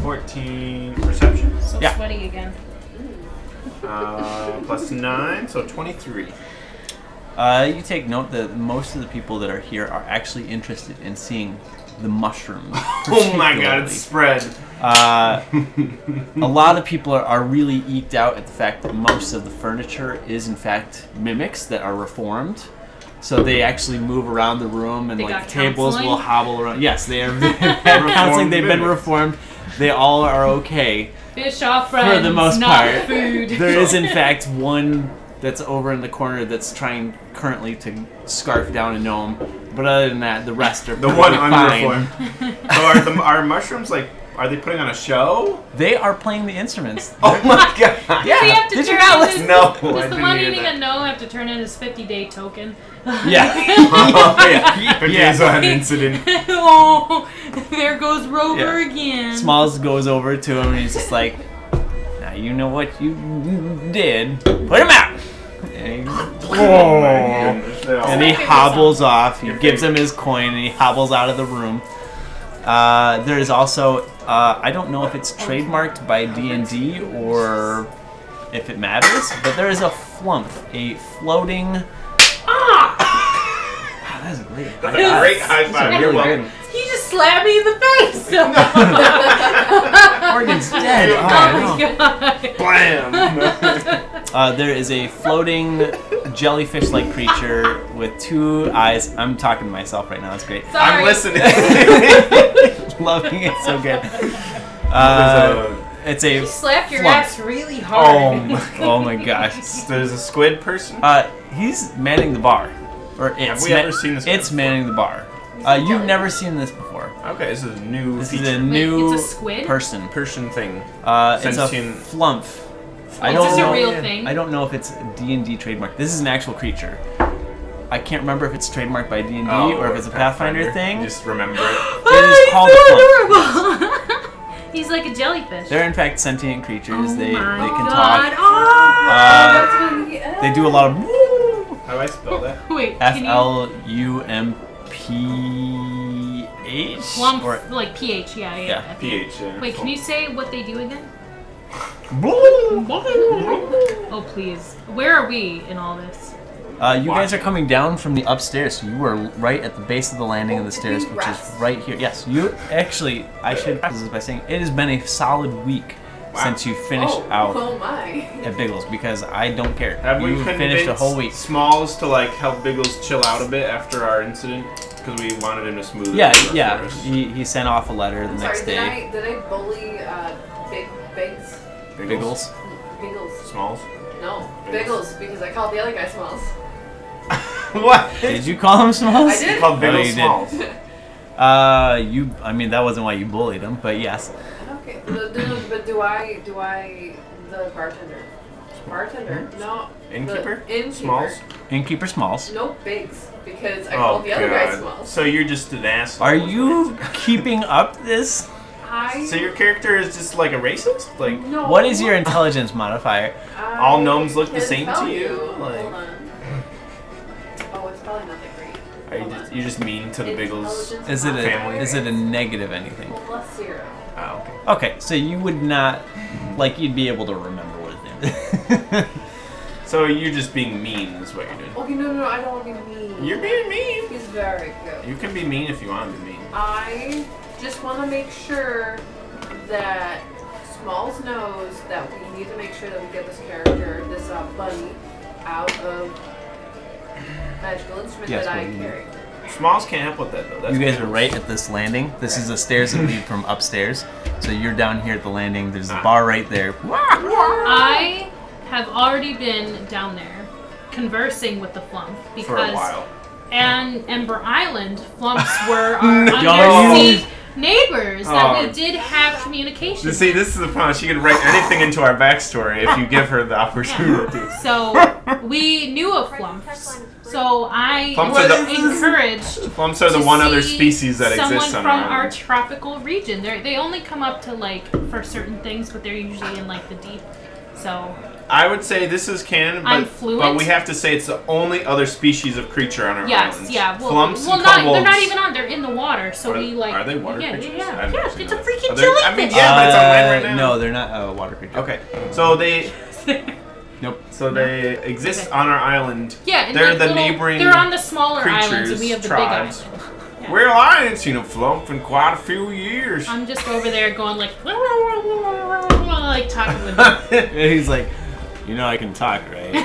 Speaker 2: Fourteen perception.
Speaker 1: So
Speaker 3: Yeah.
Speaker 1: sweaty again.
Speaker 2: Uh, plus nine, so twenty-three.
Speaker 3: Uh, you take note that most of the people that are here are actually interested in seeing the mushrooms.
Speaker 2: Oh my god, it's spread.
Speaker 3: Uh, a lot of people are, are really eked out at the fact that most of the furniture is, in fact, mimics that are reformed. So they actually move around the room and
Speaker 1: They
Speaker 3: like
Speaker 1: got
Speaker 3: tables will
Speaker 1: counseling?
Speaker 3: hobble around. Yes, they are they've had counseling. They've been
Speaker 2: mimics.
Speaker 3: reformed. They all are okay.
Speaker 1: Fish off friends,
Speaker 3: for the most
Speaker 1: not
Speaker 3: part,
Speaker 1: food.
Speaker 3: there is in fact one that's over in the corner that's trying currently to scarf down a gnome. But other than that, the rest are
Speaker 2: The one
Speaker 3: perfectly fine.
Speaker 2: unreformed. so are the are mushrooms like? Are they putting on a show?
Speaker 3: They are playing the instruments.
Speaker 2: Oh my
Speaker 1: Does
Speaker 2: god.
Speaker 1: he have to
Speaker 3: Did you
Speaker 1: turn
Speaker 3: not
Speaker 1: in
Speaker 3: listen?
Speaker 1: his-
Speaker 2: No, I
Speaker 1: Does the
Speaker 2: didn't
Speaker 1: one
Speaker 2: hear
Speaker 1: eating
Speaker 2: that.
Speaker 1: a no have to turn in his 50 day token?
Speaker 3: Yeah.
Speaker 2: Oh, yeah.
Speaker 3: Yeah.
Speaker 2: There's an incident.
Speaker 1: oh, there goes Rover again.
Speaker 3: Smalls goes over to him and he's just like, "Now you know what you did. Put him out." And he,
Speaker 2: Oh My goodness, they all-
Speaker 3: Oh. and he hobbles off. He gives him his coin and he hobbles out of the room. Uh, there is also uh, I don't know if it's trademarked by D and D or if it matters, but there is a flump, a floating. Ah! Wow, that's a great.
Speaker 2: That's a great high
Speaker 3: That's
Speaker 2: five.
Speaker 3: a
Speaker 2: You're
Speaker 3: really
Speaker 2: welcome.
Speaker 3: good.
Speaker 1: He just slapped me in the face. Oh
Speaker 3: Morgan's dead. Oh, no.
Speaker 1: oh my god.
Speaker 2: Blam.
Speaker 3: Uh, there is a floating jellyfish-like creature with two eyes. I'm talking to myself right now. It's great.
Speaker 1: Sorry.
Speaker 2: I'm listening.
Speaker 3: Loving it so good.
Speaker 2: There's
Speaker 3: Uh,
Speaker 2: a-
Speaker 3: it's a
Speaker 1: He slapped your
Speaker 3: Flump.
Speaker 1: ass really
Speaker 3: oh
Speaker 1: hard.
Speaker 3: my, oh my gosh.
Speaker 2: There's a squid person.
Speaker 3: Uh, he's manning the bar, or it's
Speaker 2: Have we ever seen this guy
Speaker 3: It's
Speaker 2: before?
Speaker 3: manning the bar. Uh, you've never seen this before.
Speaker 2: Okay, this is a new
Speaker 3: This is a
Speaker 2: feature.
Speaker 3: new
Speaker 1: it's a squid?
Speaker 3: person.
Speaker 2: Person thing.
Speaker 3: Uh, it's a
Speaker 2: Sentient-
Speaker 3: flump. I
Speaker 1: Is
Speaker 3: don't
Speaker 1: this a
Speaker 3: know.
Speaker 1: real thing?
Speaker 3: I don't know if it's D and D trademark. This is an actual creature. I can't remember if it's trademarked by D and D
Speaker 2: Oh,
Speaker 3: or if it's a Pathfinder, thing.
Speaker 2: Just remember it.
Speaker 3: It is called a flump.
Speaker 1: adorable. He's like a jellyfish.
Speaker 3: They're in fact sentient creatures.
Speaker 1: Oh
Speaker 3: they they
Speaker 1: my
Speaker 3: can
Speaker 1: God. Oh!
Speaker 3: talk.
Speaker 4: Ah,
Speaker 3: Uh,
Speaker 4: that's what we-
Speaker 3: They do a lot of
Speaker 2: How do I spell that?
Speaker 1: Wait,
Speaker 3: Uh, F
Speaker 1: can you
Speaker 3: L U M P H
Speaker 1: Plump,
Speaker 3: or
Speaker 1: like pH, yeah, yeah.
Speaker 3: Yeah,
Speaker 1: F-
Speaker 2: PH. yeah.
Speaker 1: Wait, can you say what they do again? Oh, please. Where are we in all this?
Speaker 3: Uh, you guys are coming down from the upstairs. You are right at the base of the landing of the
Speaker 4: Did
Speaker 3: stairs,
Speaker 4: we
Speaker 3: which is
Speaker 4: rest?
Speaker 3: right here. Yes, you actually. I should preface this by saying it has been a solid week since you finished
Speaker 4: oh,
Speaker 3: out
Speaker 4: Oh my.
Speaker 3: at Biggles because I don't care.
Speaker 2: Have we
Speaker 3: you finished a whole week.
Speaker 2: convinced Smalls to like help Biggles chill out a bit after our incident because we wanted him to smooth. it
Speaker 3: Yeah,
Speaker 2: over for
Speaker 3: yeah.
Speaker 2: us.
Speaker 3: He, he sent off a letter the
Speaker 4: I'm
Speaker 3: next
Speaker 4: sorry,
Speaker 3: day.
Speaker 4: did I, did I bully uh, Big Bigs?
Speaker 3: Biggles.
Speaker 4: Biggles.
Speaker 2: Smalls.
Speaker 4: No,
Speaker 2: Biggles.
Speaker 4: Biggles, because I called the other guy Smalls.
Speaker 2: what?
Speaker 3: Did you call him Smalls?
Speaker 4: I did.
Speaker 2: Called
Speaker 3: No,
Speaker 2: Oh, Biggles
Speaker 3: you didn't.
Speaker 2: Smalls.
Speaker 3: Uh, you. I mean, that wasn't why you bullied him, but yes.
Speaker 4: Okay, but do, but do I, do I, the bartender? Bartender?
Speaker 3: Hmm?
Speaker 4: No. the
Speaker 2: Innkeeper?
Speaker 4: Innkeeper.
Speaker 2: Smalls.
Speaker 3: Innkeeper Smalls.
Speaker 4: No Bigs, because
Speaker 3: Oh,
Speaker 4: I called the other
Speaker 2: Oh,
Speaker 4: guy Smalls.
Speaker 2: So you're just an asshole.
Speaker 3: Are
Speaker 2: is what
Speaker 3: you
Speaker 2: it
Speaker 3: keeping up this?
Speaker 4: I.
Speaker 2: is. So your character is just like a racist? Like
Speaker 4: No.
Speaker 3: What is your intelligence modifier?
Speaker 4: I
Speaker 2: all gnomes look the
Speaker 4: can
Speaker 2: same to
Speaker 4: tell
Speaker 2: you? Like-
Speaker 4: Hold on. Oh, it's probably not that
Speaker 2: are
Speaker 4: great.
Speaker 2: you just, you're just mean to the Biggles?
Speaker 4: Intelligence
Speaker 3: Is it a
Speaker 2: Family.
Speaker 4: modifier
Speaker 3: is it a negative anything?
Speaker 4: Plus zero.
Speaker 2: Oh, okay.
Speaker 3: Okay, so you would not like you'd be able to remember what it is.
Speaker 2: So you're just being mean is what you're doing.
Speaker 4: Okay, no, no, no, I don't want to be mean.
Speaker 2: You're being mean.
Speaker 4: He's very good.
Speaker 2: You can be mean if you want to be mean.
Speaker 4: I just want to make sure that Smalls knows that we need to make sure that we get this character, this uh, bunny, out of magical instrument
Speaker 3: Yes,
Speaker 4: that I
Speaker 3: but you-
Speaker 4: carry.
Speaker 2: Smalls can't help with that though. That's
Speaker 3: you guys are
Speaker 2: Biggles.
Speaker 3: right at this landing. This is the stairs that lead from upstairs. So you're down here at the landing. There's
Speaker 2: Ah.
Speaker 3: a bar right there.
Speaker 1: I have already been down there conversing with the Flump because
Speaker 2: for a while.
Speaker 1: and Ember Island flumps were our
Speaker 3: No.
Speaker 1: undersea neighbors that
Speaker 2: Oh.
Speaker 1: we did have communication.
Speaker 2: You see, this is the problem. She can write anything into our backstory if you give her the opportunity.
Speaker 1: Yeah. So we knew of flumps. So I
Speaker 2: Flumps
Speaker 1: was
Speaker 2: are the-
Speaker 1: encouraged
Speaker 2: Flumps are the
Speaker 1: to
Speaker 2: one other
Speaker 1: see
Speaker 2: species that exists on
Speaker 1: someone
Speaker 2: our
Speaker 1: from our
Speaker 2: island.
Speaker 1: tropical region. They they only come up to like for certain things, but they're usually in like the deep. So
Speaker 2: I would say this is canon, but,
Speaker 1: I'm fluent.
Speaker 2: but we have to say it's the only other species of creature on our
Speaker 1: yes,
Speaker 2: island.
Speaker 1: yeah. Well,
Speaker 2: Flumps
Speaker 1: well,
Speaker 2: and
Speaker 1: not they're
Speaker 2: kobolds.
Speaker 1: not even on. They're in the water. So
Speaker 2: Are-
Speaker 1: we like
Speaker 2: are they water
Speaker 1: yeah,
Speaker 2: creatures? I
Speaker 1: yeah,
Speaker 2: haven't
Speaker 1: yeah.
Speaker 2: seen
Speaker 1: It's a
Speaker 2: those.
Speaker 1: freaking
Speaker 2: Are they- I mean,
Speaker 1: jellyfish.
Speaker 2: yeah, but it's on land right
Speaker 3: Uh,
Speaker 2: now.
Speaker 3: No, they're not a water creature.
Speaker 2: Okay, so they
Speaker 3: Nope.
Speaker 2: so they exist
Speaker 1: Okay.
Speaker 2: on our island.
Speaker 1: Yeah, and
Speaker 2: They're
Speaker 1: like
Speaker 2: the
Speaker 1: little-
Speaker 2: neighboring
Speaker 1: They're on the smaller islands, and we
Speaker 2: creatures,
Speaker 1: have the
Speaker 2: tribes.
Speaker 1: big island. Yeah.
Speaker 2: Well, I ain't seen a flump in quite a few years.
Speaker 1: I'm just over there going like, like talking with them.
Speaker 3: And he's like, you know I can talk, right? you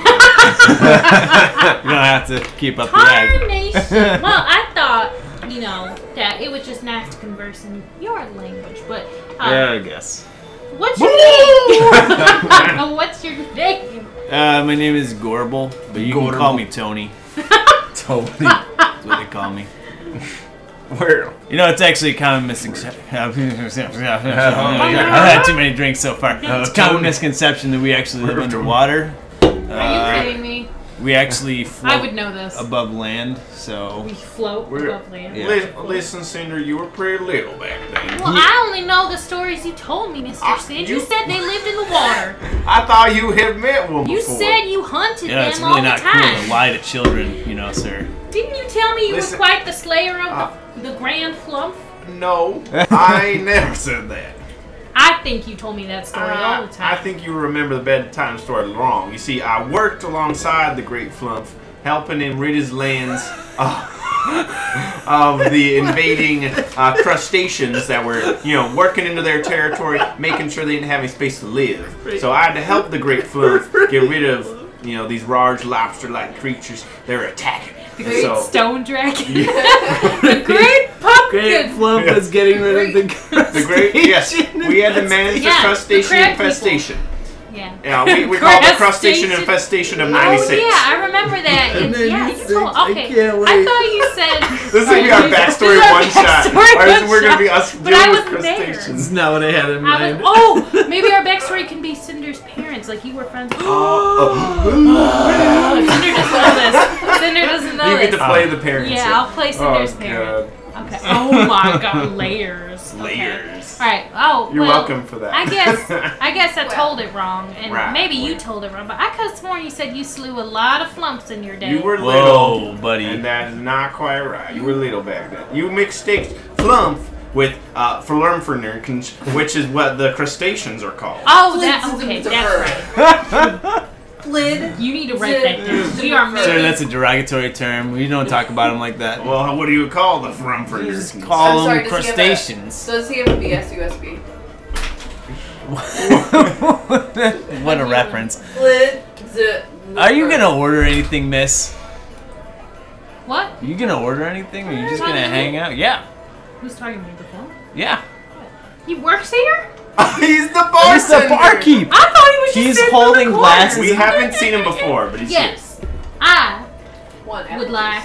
Speaker 3: don't have to keep up
Speaker 1: Carnation. well, I thought you know that it was just nice to converse in your language, but um,
Speaker 3: Yeah, I guess.
Speaker 1: what's your name? what's your name?
Speaker 3: Uh, my name is Gorble, but you can call
Speaker 2: Gorble.
Speaker 3: me Tony. Tony. That's what they call me.
Speaker 2: Well,
Speaker 3: You know, it's actually a common misconception. I've had too many drinks so far. It's a common misconception that we actually live underwater.
Speaker 1: Are you
Speaker 3: Uh,
Speaker 1: kidding me?
Speaker 3: we actually
Speaker 1: I would
Speaker 3: float
Speaker 1: know this.
Speaker 3: above land, so.
Speaker 1: We float
Speaker 2: um, We're-
Speaker 1: above land.
Speaker 3: Yeah.
Speaker 2: li- listen, Cinder, you were pretty little back then.
Speaker 1: Well, I only know the stories you told me, Mr.
Speaker 2: Ah,
Speaker 1: Sid.
Speaker 2: you-
Speaker 1: You said they lived in the water.
Speaker 2: I thought you had met one
Speaker 1: You
Speaker 2: before.
Speaker 1: said you hunted
Speaker 3: Yeah, it's
Speaker 1: them
Speaker 3: really
Speaker 1: all
Speaker 3: not
Speaker 1: the
Speaker 3: cool
Speaker 1: time.
Speaker 3: to lie to children, you know, sir.
Speaker 1: Didn't you tell me you
Speaker 2: Listen-
Speaker 1: were quite the slayer of
Speaker 2: Ah.
Speaker 1: the, the grand flump?
Speaker 2: no, I ain't never said that.
Speaker 1: I think you told me that story
Speaker 2: I,
Speaker 1: all the time.
Speaker 2: Uh, I think you remember the bedtime story wrong. You see, I worked alongside the Great Flump, helping him rid his lands of, of the invading uh, crustaceans that were, you know, working into their territory, making sure they didn't have any space to live. So I had to help the Great Flump get rid of, you know, these large lobster-like creatures. they were attacking.
Speaker 1: the
Speaker 2: And
Speaker 1: great
Speaker 2: so-
Speaker 1: stone dragon. the great pumpkin.
Speaker 3: Flump
Speaker 2: is
Speaker 3: getting
Speaker 1: rid of
Speaker 3: the
Speaker 2: The great, yes, we had to manage the
Speaker 1: Yeah, the
Speaker 2: crustacean
Speaker 1: crab people.
Speaker 2: infestation.
Speaker 1: Yeah.
Speaker 2: Yeah, we, we call it the
Speaker 1: Crustacean.
Speaker 2: crustacean infestation of
Speaker 1: Oh
Speaker 2: 96.
Speaker 1: yeah, I remember that.
Speaker 3: And
Speaker 1: And
Speaker 3: then
Speaker 1: yeah,
Speaker 3: you
Speaker 1: you
Speaker 3: said,
Speaker 1: told.
Speaker 3: "I
Speaker 1: Okay,
Speaker 3: can't wait."
Speaker 1: I thought you said.
Speaker 2: This is gonna be our backstory
Speaker 1: This is our
Speaker 2: one shot.
Speaker 1: backstory
Speaker 2: Ours-
Speaker 1: one
Speaker 2: we're gonna be
Speaker 1: shot.
Speaker 2: us
Speaker 1: But I
Speaker 2: dealing with
Speaker 1: was there.
Speaker 2: crustaceans.
Speaker 3: not what I had in
Speaker 1: I was, oh, maybe our backstory can be Cinder's parents. Like you were friends. with Cinder doesn't know this. Cinder doesn't know
Speaker 2: you get
Speaker 1: this.
Speaker 2: to play the parents.
Speaker 1: yeah, I'll play Cinder's parent. Okay. Oh my god, Oh layers. Okay.
Speaker 2: Layers.
Speaker 1: All right. Oh,
Speaker 2: You're
Speaker 1: well,
Speaker 2: welcome for that.
Speaker 1: I guess I guess I told it wrong, and
Speaker 2: Right.
Speaker 1: maybe you told it wrong. But I could have sworn you said you slew a lot of flumps in your day.
Speaker 2: you were little,
Speaker 3: Whoa, buddy.
Speaker 2: and that is not quite right. You were little back then. You mixed flump with uh, flumfernerkins, which is what the crustaceans are called.
Speaker 1: Oh, that
Speaker 4: Flintstones
Speaker 1: okay.
Speaker 4: of
Speaker 1: That's
Speaker 4: her.
Speaker 1: right.
Speaker 4: Flid.
Speaker 1: You need to write that down. We are
Speaker 4: Sir,
Speaker 3: Sir,
Speaker 1: making.
Speaker 3: that's a derogatory term. We don't talk about them like that.
Speaker 2: Well, what do you call the
Speaker 3: We just
Speaker 2: flumfernerkins?
Speaker 4: I'm
Speaker 3: call
Speaker 4: sorry,
Speaker 3: them
Speaker 4: does he have a-
Speaker 3: crustaceans.
Speaker 4: Does he have a BS USB?
Speaker 3: what a reference.
Speaker 4: Flid. Z-
Speaker 3: Are you gonna order anything, miss?
Speaker 1: What?
Speaker 3: Are you gonna order anything? Or are you just gonna
Speaker 1: Probably.
Speaker 3: hang out? Yeah.
Speaker 1: Who's talking to me? The flump?
Speaker 3: Yeah.
Speaker 1: He works here?
Speaker 2: He's the
Speaker 3: He's the
Speaker 2: bartender.
Speaker 3: barkeep!
Speaker 1: I thought he was just
Speaker 3: He's
Speaker 1: sitting in the
Speaker 3: holding
Speaker 1: corner.
Speaker 3: glasses.
Speaker 2: We haven't seen him before, but he's
Speaker 1: Yes, I
Speaker 4: One.
Speaker 1: would
Speaker 4: apple
Speaker 1: like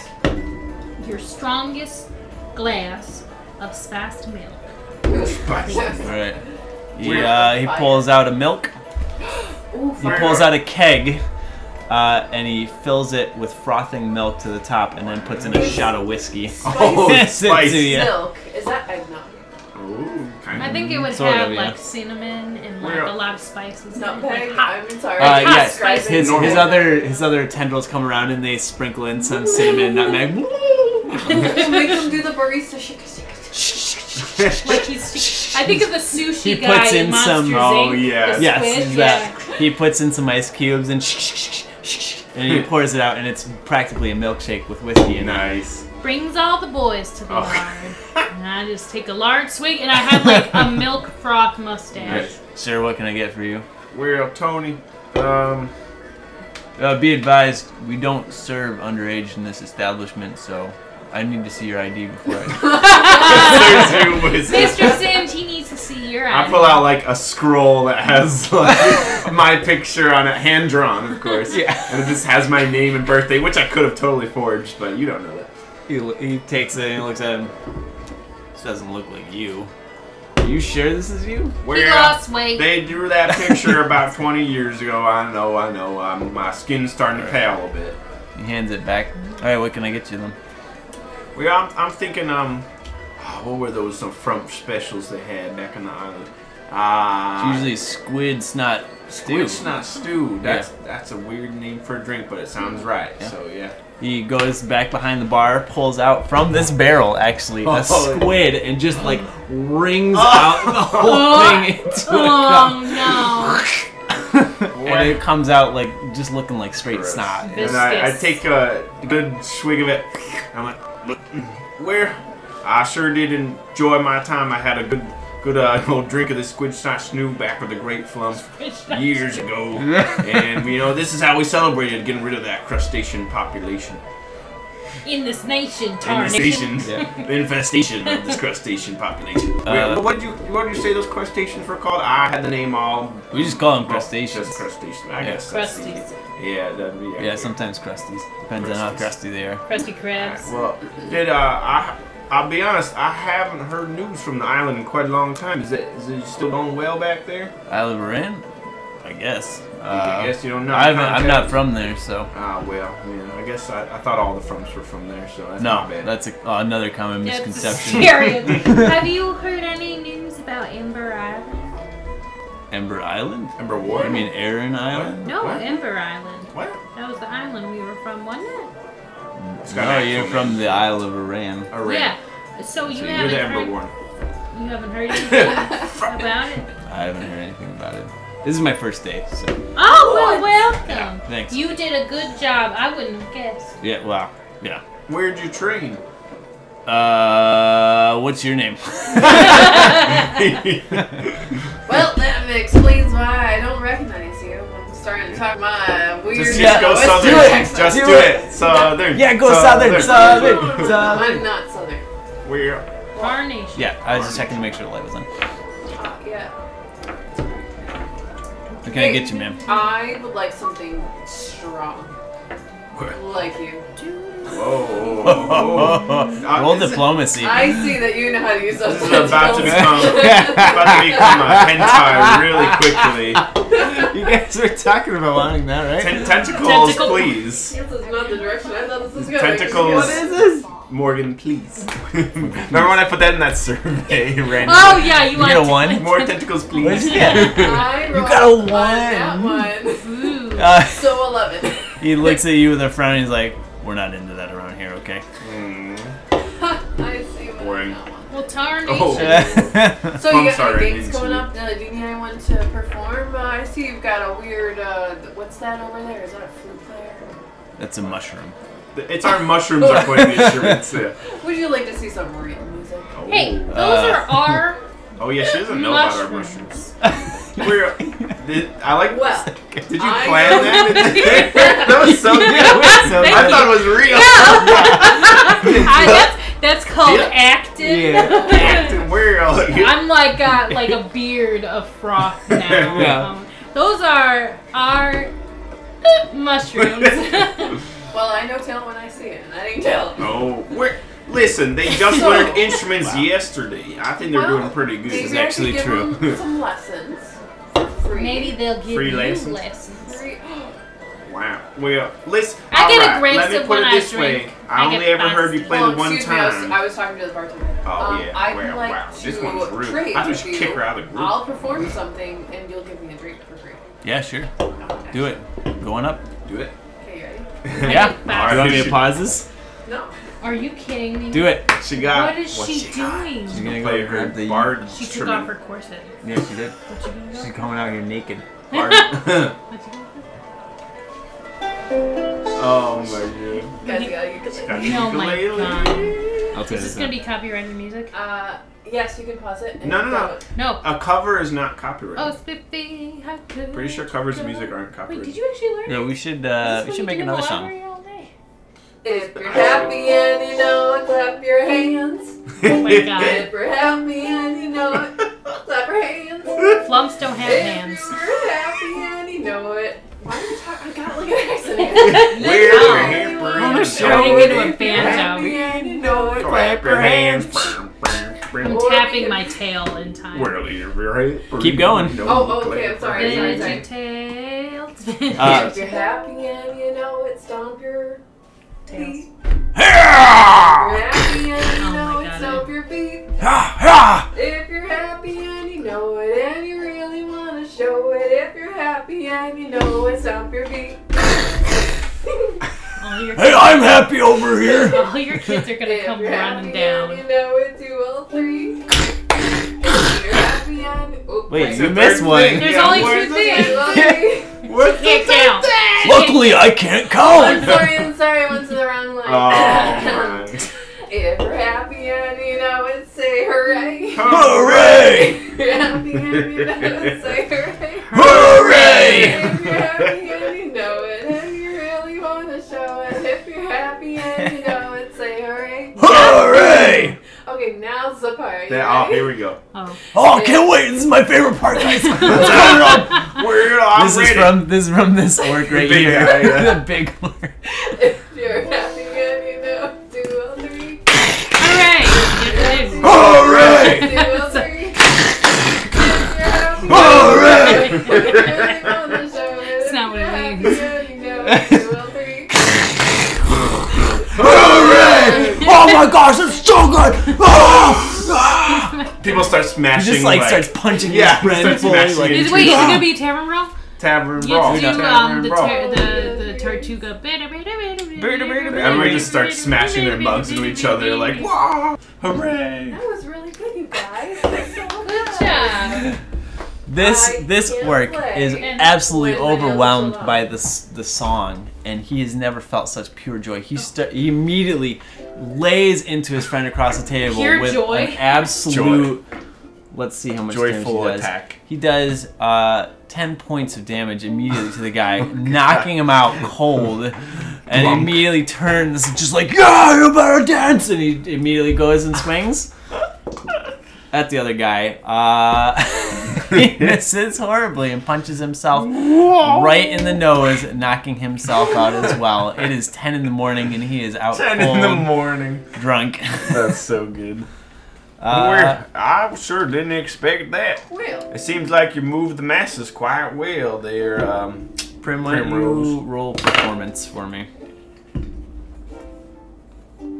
Speaker 4: juice.
Speaker 1: your strongest glass of spiced milk.
Speaker 2: Spicy.
Speaker 3: Alright. He, uh, he pulls out a milk.
Speaker 4: Ooh,
Speaker 3: He pulls out a keg. Uh, and he fills it with frothing milk to the top and then puts in a shot of whiskey.
Speaker 2: Oh,
Speaker 3: Yes, it's
Speaker 2: spice.
Speaker 3: to you. yeah.
Speaker 4: Milk. Is that eggnog?
Speaker 2: Ooh, kind
Speaker 1: I think it would
Speaker 3: Sort of,
Speaker 1: have
Speaker 3: yeah.
Speaker 1: like cinnamon and like
Speaker 2: We're-
Speaker 1: a lot of spices. in it,
Speaker 4: Nutmeg.
Speaker 1: Like hot.
Speaker 4: I'm sorry.
Speaker 3: Uh,
Speaker 4: I'm not
Speaker 3: yes,
Speaker 4: describing
Speaker 3: his,
Speaker 4: it.
Speaker 3: his other his other tendrils come around and they sprinkle in some cinnamon, nutmeg.
Speaker 4: Make him do the barista shake. shake, shake.
Speaker 1: like he's, I think of the sushi
Speaker 3: He
Speaker 1: guy
Speaker 3: puts in
Speaker 1: Monsters,
Speaker 3: some-
Speaker 2: Oh,
Speaker 1: Inc.
Speaker 2: yes.
Speaker 1: The
Speaker 3: Yes,
Speaker 1: squid,
Speaker 3: is
Speaker 1: yeah.
Speaker 3: that he puts in some ice cubes and and he pours it out and it's practically a milkshake with whiskey in it.
Speaker 2: Nice.
Speaker 1: Brings all the boys to the
Speaker 2: Oh.
Speaker 1: yard. And I just take a large swig and I have like a milk froth mustache.
Speaker 2: Nice.
Speaker 3: Sir, what can I get for you?
Speaker 2: Well, Tony, um,
Speaker 3: Uh, be advised, we don't serve underage in this establishment, so I need to see your ID before I.
Speaker 2: there's your whiskey.
Speaker 1: Mr. Santini needs to see your
Speaker 2: I
Speaker 1: eyes.
Speaker 2: pull out like a scroll that has like my picture on it, hand drawn, of course.
Speaker 3: Yeah.
Speaker 2: And it just has my name and birthday, which I could have totally forged, but you don't know that.
Speaker 3: he, lo- he takes it and he looks at him. This doesn't look like you. Are you sure this is you?
Speaker 1: He lost weight.
Speaker 2: they drew that picture about 20 years ago. I know, I know. Um, my skin's starting to pale a bit.
Speaker 3: He hands it back. All right, what can I get you then?
Speaker 2: Well, I'm, I'm thinking, um, oh, what were those some frump specials they had back on the island?
Speaker 3: It's
Speaker 2: Ah,
Speaker 3: usually squid snot stew.
Speaker 2: squid snot stew. That's that's a weird name for a drink, but it sounds right.
Speaker 3: Yeah.
Speaker 2: So yeah.
Speaker 3: He goes back behind the bar, pulls out from this barrel actually a
Speaker 2: Oh.
Speaker 3: squid, and just like wrings out the whole thing into a
Speaker 1: Oh
Speaker 3: cup, and it comes out like just looking like straight
Speaker 2: Gross.
Speaker 3: snot.
Speaker 1: This-
Speaker 2: And I, I
Speaker 1: Viscous.
Speaker 2: take a good swig of it. I'm like, "Mm, where? I sure did enjoy my time. I had a good, good uh, old drink of this squid snot snoo back with the great flump
Speaker 1: no.
Speaker 2: years ago, and you know this is how we celebrated getting rid of that crustacean population,
Speaker 1: In this nation, tarnation.
Speaker 2: infestation, the infestation of this crustacean population. Wait,
Speaker 3: Uh,
Speaker 2: what did you, what did you say those crustaceans were called? I had the name all.
Speaker 3: We just call them
Speaker 2: well,
Speaker 3: crustaceans.
Speaker 2: Just crustacean, I
Speaker 3: Yeah.
Speaker 2: guess. that's the-
Speaker 1: Crusties.
Speaker 2: Yeah, that'd be.
Speaker 3: yeah, sometimes crusties. Depends on how crusty they are.
Speaker 1: Krusty Krabs.
Speaker 2: Well, did uh, I? I'll be honest. I haven't heard news from the island in quite a long time. Is it, is it still going well back there?
Speaker 3: Isle of Iran, I guess.
Speaker 2: I
Speaker 3: Uh,
Speaker 2: guess you don't know.
Speaker 3: I haven't, I'm not from there, so
Speaker 2: Ah well, yeah. I guess I, I thought all the frums were from there, so that's
Speaker 3: no.
Speaker 2: not bad.
Speaker 3: That's a, uh, another common
Speaker 1: That's
Speaker 3: misconception.
Speaker 1: scary. Have you heard any news about Ember Island?
Speaker 3: Ember Island?
Speaker 2: Ember Ward.
Speaker 3: I mean, Aaron Island.
Speaker 1: No,
Speaker 2: What?
Speaker 1: Ember Island.
Speaker 2: what?
Speaker 1: That was the island we were from, wasn't it?
Speaker 2: It's got an
Speaker 3: No,
Speaker 2: actual
Speaker 3: you're
Speaker 2: name.
Speaker 3: from the Isle of Iran.
Speaker 2: Iran.
Speaker 1: Yeah. So you
Speaker 2: So you're
Speaker 1: haven't
Speaker 2: the Ember
Speaker 1: heard,
Speaker 2: Ward.
Speaker 1: you haven't heard anything about it.
Speaker 3: I haven't heard anything about it. This is my first day, so
Speaker 1: Oh well, welcome.
Speaker 3: Yeah, thanks.
Speaker 1: You did a good job. I wouldn't have guessed.
Speaker 3: yeah, wow, yeah.
Speaker 2: Where'd you train?
Speaker 3: Uh, what's your name?
Speaker 4: Well, that explains why I don't recognize you. I'm starting to talk my weird.
Speaker 2: Just,
Speaker 3: Yeah,
Speaker 2: just go
Speaker 4: Western
Speaker 2: southern.
Speaker 3: do it.
Speaker 4: accent.
Speaker 2: Just do,
Speaker 3: Do
Speaker 2: it. Southern.
Speaker 3: yeah, go southern, southern,
Speaker 4: I'm
Speaker 3: southern.
Speaker 4: not southern.
Speaker 2: We're
Speaker 1: Tarnation.
Speaker 3: Yeah, I was just checking to make sure the light was on.
Speaker 4: Uh, yeah.
Speaker 3: What can I get you, ma'am?
Speaker 4: I would like something strong,
Speaker 2: we're-
Speaker 4: like you.
Speaker 2: Whoa. whoa, whoa, whoa.
Speaker 3: Roll
Speaker 2: Uh, this-
Speaker 3: diplomacy.
Speaker 4: I see that you know how to use those.
Speaker 2: This is about to
Speaker 4: tentacles.
Speaker 2: become- about to become a hentai really quickly.
Speaker 3: You guys were talking about wanting that,
Speaker 2: Ten- tentacles,
Speaker 1: Tentacle.
Speaker 2: please.
Speaker 4: This is not the direction I thought this was going.
Speaker 2: Tentacles.
Speaker 4: What is this?
Speaker 2: Morgan, please. Remember when I put that in that survey randomly?
Speaker 1: Oh yeah, you
Speaker 3: You
Speaker 1: want
Speaker 3: get a one?
Speaker 2: More tentacles,
Speaker 3: What'd
Speaker 2: please.
Speaker 3: you get?
Speaker 4: I
Speaker 3: You
Speaker 4: rolled
Speaker 3: got a
Speaker 4: on that one.
Speaker 1: Ooh.
Speaker 3: Uh,
Speaker 4: So 11.
Speaker 3: he looks at you with a frown. And he's like, "We're not into that around here, okay?"
Speaker 2: Mm.
Speaker 4: I see what
Speaker 2: Boring.
Speaker 4: that one.
Speaker 1: well, Tarnation.
Speaker 2: Oh.
Speaker 4: So you
Speaker 2: I'm
Speaker 4: got
Speaker 2: sorry, I
Speaker 4: any gigs
Speaker 2: didn't
Speaker 4: coming
Speaker 2: see.
Speaker 4: up? Do do you need anyone to perform? Uh, I see you've got a weird. Uh, th- what's that over there? Is that a flute player?
Speaker 3: That's a mushroom.
Speaker 2: It's our mushrooms are quite the insurance. Yeah.
Speaker 4: Would you like to see some written music?
Speaker 2: Oh.
Speaker 1: Hey, those
Speaker 3: Uh,
Speaker 1: are our
Speaker 2: Oh yeah, she doesn't know about our mushrooms.
Speaker 1: mushrooms.
Speaker 2: We're. Did, I like.
Speaker 4: Well,
Speaker 2: Did you
Speaker 4: I
Speaker 2: plan
Speaker 4: know-
Speaker 2: that? that was so good.
Speaker 3: so
Speaker 1: Thank
Speaker 2: I
Speaker 1: you.
Speaker 2: thought it was real.
Speaker 1: I, that's, that's called
Speaker 2: Yeah.
Speaker 1: acting.
Speaker 3: Yeah.
Speaker 2: Acting real.
Speaker 1: I'm like a, like a beard of froth now.
Speaker 3: Yeah.
Speaker 1: Um, those are our mushrooms.
Speaker 4: well, I know talent when I see it, and I didn't tell.
Speaker 2: Oh, we're, listen, they just
Speaker 4: So-
Speaker 2: learned instruments yesterday. I think they're
Speaker 4: Well,
Speaker 2: doing pretty good.
Speaker 4: Maybe
Speaker 3: is
Speaker 4: I could
Speaker 3: actually
Speaker 4: give
Speaker 3: true.
Speaker 4: 'em some lessons for free.
Speaker 1: Maybe they'll give
Speaker 2: Free
Speaker 1: you
Speaker 2: lessons.
Speaker 1: lessons.
Speaker 4: Free-
Speaker 2: Wow. Well, listen.
Speaker 1: I get a
Speaker 2: alright,
Speaker 1: grace
Speaker 2: Let me
Speaker 1: of
Speaker 2: put
Speaker 1: when
Speaker 2: it
Speaker 1: I
Speaker 2: this
Speaker 1: drink.
Speaker 2: way. I,
Speaker 1: I
Speaker 2: only
Speaker 1: get
Speaker 2: ever heard you
Speaker 1: fancy.
Speaker 2: play
Speaker 4: Oh,
Speaker 2: the one
Speaker 4: excuse me, I was-
Speaker 2: time.
Speaker 4: I was, talking to the bartender.
Speaker 2: Oh
Speaker 4: um,
Speaker 2: yeah!
Speaker 4: I'd
Speaker 2: wow,
Speaker 4: like
Speaker 2: wow.
Speaker 4: to
Speaker 2: This one's rude.
Speaker 4: trade
Speaker 2: I
Speaker 4: with
Speaker 2: thought you
Speaker 4: you.
Speaker 2: kick her out of the group.
Speaker 4: I'll perform something, and you'll give me a drink for free.
Speaker 3: Yeah, sure. Do it. Going up.
Speaker 2: Do it.
Speaker 4: Okay, you ready?
Speaker 3: Yeah.
Speaker 1: Alright,
Speaker 3: you want me
Speaker 2: she-
Speaker 3: to pause this?
Speaker 4: No.
Speaker 1: Are you kidding me?
Speaker 3: Do it.
Speaker 2: She got.
Speaker 1: What is
Speaker 2: what's
Speaker 1: she
Speaker 2: got?
Speaker 1: doing?
Speaker 2: She's
Speaker 3: Gonna
Speaker 2: gonna
Speaker 3: go
Speaker 2: play her
Speaker 3: grab the-
Speaker 2: bard.
Speaker 1: She took
Speaker 2: instrument.
Speaker 1: off her corset.
Speaker 3: Yeah, she did.
Speaker 1: What you gonna
Speaker 3: She's
Speaker 1: do?
Speaker 3: coming out here naked.
Speaker 2: Bard.
Speaker 1: What you gonna
Speaker 2: oh my god.
Speaker 4: Guys, you gotta get
Speaker 2: Got
Speaker 1: do? Oh my
Speaker 2: ukulele.
Speaker 1: god.
Speaker 3: I'll turn
Speaker 1: Is this gonna be copyrighted music?
Speaker 4: Uh, yes, you can pause it. and
Speaker 2: No, no, no.
Speaker 4: go.
Speaker 1: No.
Speaker 2: A cover is not copyrighted.
Speaker 1: Oh, spiffy, how could
Speaker 2: Pretty sure covers of
Speaker 1: you?
Speaker 2: music aren't
Speaker 1: Wait,
Speaker 2: copyrighted.
Speaker 1: did you actually learn?
Speaker 3: Yeah, we should
Speaker 1: This is
Speaker 3: uh, we
Speaker 1: what
Speaker 3: should
Speaker 1: you
Speaker 3: make
Speaker 1: do in the
Speaker 3: another song.
Speaker 1: library all day.
Speaker 4: If you're happy and you know it, clap your hands.
Speaker 1: Oh my god.
Speaker 4: If you're happy and you know it, clap your hands.
Speaker 1: Flumps don't have
Speaker 4: If
Speaker 1: hands.
Speaker 4: you were happy and you know it. Why are you talking? I got like an accident.
Speaker 2: We're
Speaker 1: Oh.
Speaker 2: happy
Speaker 4: I'm
Speaker 2: and
Speaker 1: turning
Speaker 2: so
Speaker 1: into a
Speaker 2: happy.
Speaker 1: banjo.
Speaker 4: Happy and you know it, clap your
Speaker 2: your
Speaker 4: hands.
Speaker 1: I'm
Speaker 2: hands.
Speaker 4: Or we
Speaker 1: tapping
Speaker 4: can-
Speaker 1: my tail in time.
Speaker 2: Whirly, whirly,
Speaker 3: Keep going.
Speaker 2: no,
Speaker 4: Oh,
Speaker 2: clap
Speaker 4: okay, I'm sorry,
Speaker 2: your
Speaker 4: sorry,
Speaker 1: Did
Speaker 2: hands.
Speaker 4: sorry.
Speaker 1: you tail
Speaker 3: Uh,
Speaker 4: If you're happy and you know it, stomp your
Speaker 1: tails?
Speaker 4: feet. If you're happy and you
Speaker 1: Oh
Speaker 4: know
Speaker 1: my
Speaker 4: it,
Speaker 1: God.
Speaker 4: stomp your feet. If you're happy and you know it, and you really want to show it. If you're happy and you know it, stomp your feet.
Speaker 1: All your
Speaker 3: Hey, I'm happy over here.
Speaker 1: all your kids are gonna
Speaker 4: If
Speaker 1: come
Speaker 4: you're
Speaker 1: running
Speaker 4: happy
Speaker 1: down.
Speaker 4: and you know it, do all three. If you're happy and oh,
Speaker 3: Wait,
Speaker 4: wait,
Speaker 3: you missed one.
Speaker 1: There's
Speaker 2: Yeah,
Speaker 1: only
Speaker 2: where's
Speaker 1: two
Speaker 2: the-
Speaker 1: things.
Speaker 4: do all three.
Speaker 2: What's
Speaker 1: Can't count.
Speaker 3: Luckily, I can't
Speaker 1: Oh,
Speaker 4: I'm
Speaker 3: count.
Speaker 4: sorry, I'm sorry, I went to the wrong line.
Speaker 2: Oh my.
Speaker 4: if you're happy and you know it, say hooray.
Speaker 3: Hooray!
Speaker 4: If you're happy and you know it, say hooray.
Speaker 3: Hooray!
Speaker 4: If you're happy and you know it, and you really want to show it. If you're happy and you know it, say hooray.
Speaker 3: Hooray!
Speaker 4: Okay, now's the part.
Speaker 2: Yeah, oh, here we go.
Speaker 1: Oh.
Speaker 3: Oh, I can't wait! This is my favorite part, guys. What's going on?
Speaker 2: We're all
Speaker 3: This is
Speaker 2: ready.
Speaker 3: from this is from this orc right
Speaker 2: The big
Speaker 3: here.
Speaker 2: guy, yeah.
Speaker 3: the big orc.
Speaker 4: If you're happy and you know it, do all three.
Speaker 1: Alright. Good thing.
Speaker 3: Hooray!
Speaker 4: Do all three. If you're happy and
Speaker 3: Hooray!
Speaker 4: It's
Speaker 1: not what it
Speaker 3: Hooray! Oh my gosh, it's so good! Ah! Ah!
Speaker 2: People start
Speaker 3: He
Speaker 2: smashing.
Speaker 3: just like starts punching
Speaker 2: Yeah,
Speaker 3: his friend
Speaker 2: starts
Speaker 3: fully,
Speaker 2: smashing
Speaker 3: like,
Speaker 2: his
Speaker 1: Is, wait, is it gonna be Tavern Roll?
Speaker 2: tavern
Speaker 1: You
Speaker 2: brawl.
Speaker 1: do
Speaker 3: no.
Speaker 1: um,
Speaker 2: tavern
Speaker 1: the,
Speaker 2: brawl.
Speaker 1: tar- the the Tortuga. Everybody
Speaker 2: Everybody just starts smashing their mugs into each other, like, wow, hooray!
Speaker 4: That was really good, you guys. That's so
Speaker 1: Good job.
Speaker 3: This
Speaker 4: I
Speaker 3: this
Speaker 4: can't
Speaker 3: orc
Speaker 4: play
Speaker 3: is
Speaker 1: and
Speaker 3: absolutely
Speaker 4: play videos
Speaker 3: overwhelmed
Speaker 4: alone.
Speaker 3: by this the song, and he has never felt such pure joy. He, st- he immedially lays into his friend across the table
Speaker 1: Pure
Speaker 3: with
Speaker 1: joy?
Speaker 3: an absolute. Let's see how much
Speaker 2: Joyful
Speaker 3: damage he does.
Speaker 2: attack.
Speaker 3: He does uh, ten points of damage immediately to the
Speaker 2: Oh
Speaker 3: guy, knocking him out cold. And
Speaker 2: Plunk.
Speaker 3: immediately turns, just like yeah, you better dance, and he immediately goes and swings at the other guy. Uh, he misses horribly and punches himself right in the nose, knocking himself out as well. It is 10 in the morning and he is out
Speaker 2: Ten
Speaker 3: cold,
Speaker 2: in the morning.
Speaker 3: drunk.
Speaker 2: That's so good.
Speaker 3: Uh,
Speaker 2: I sure didn't expect that.
Speaker 4: Well,
Speaker 2: It seems like you moved the masses quite well there. Um,
Speaker 3: Prim, why don't
Speaker 2: Primrose.
Speaker 3: you roll performance for me?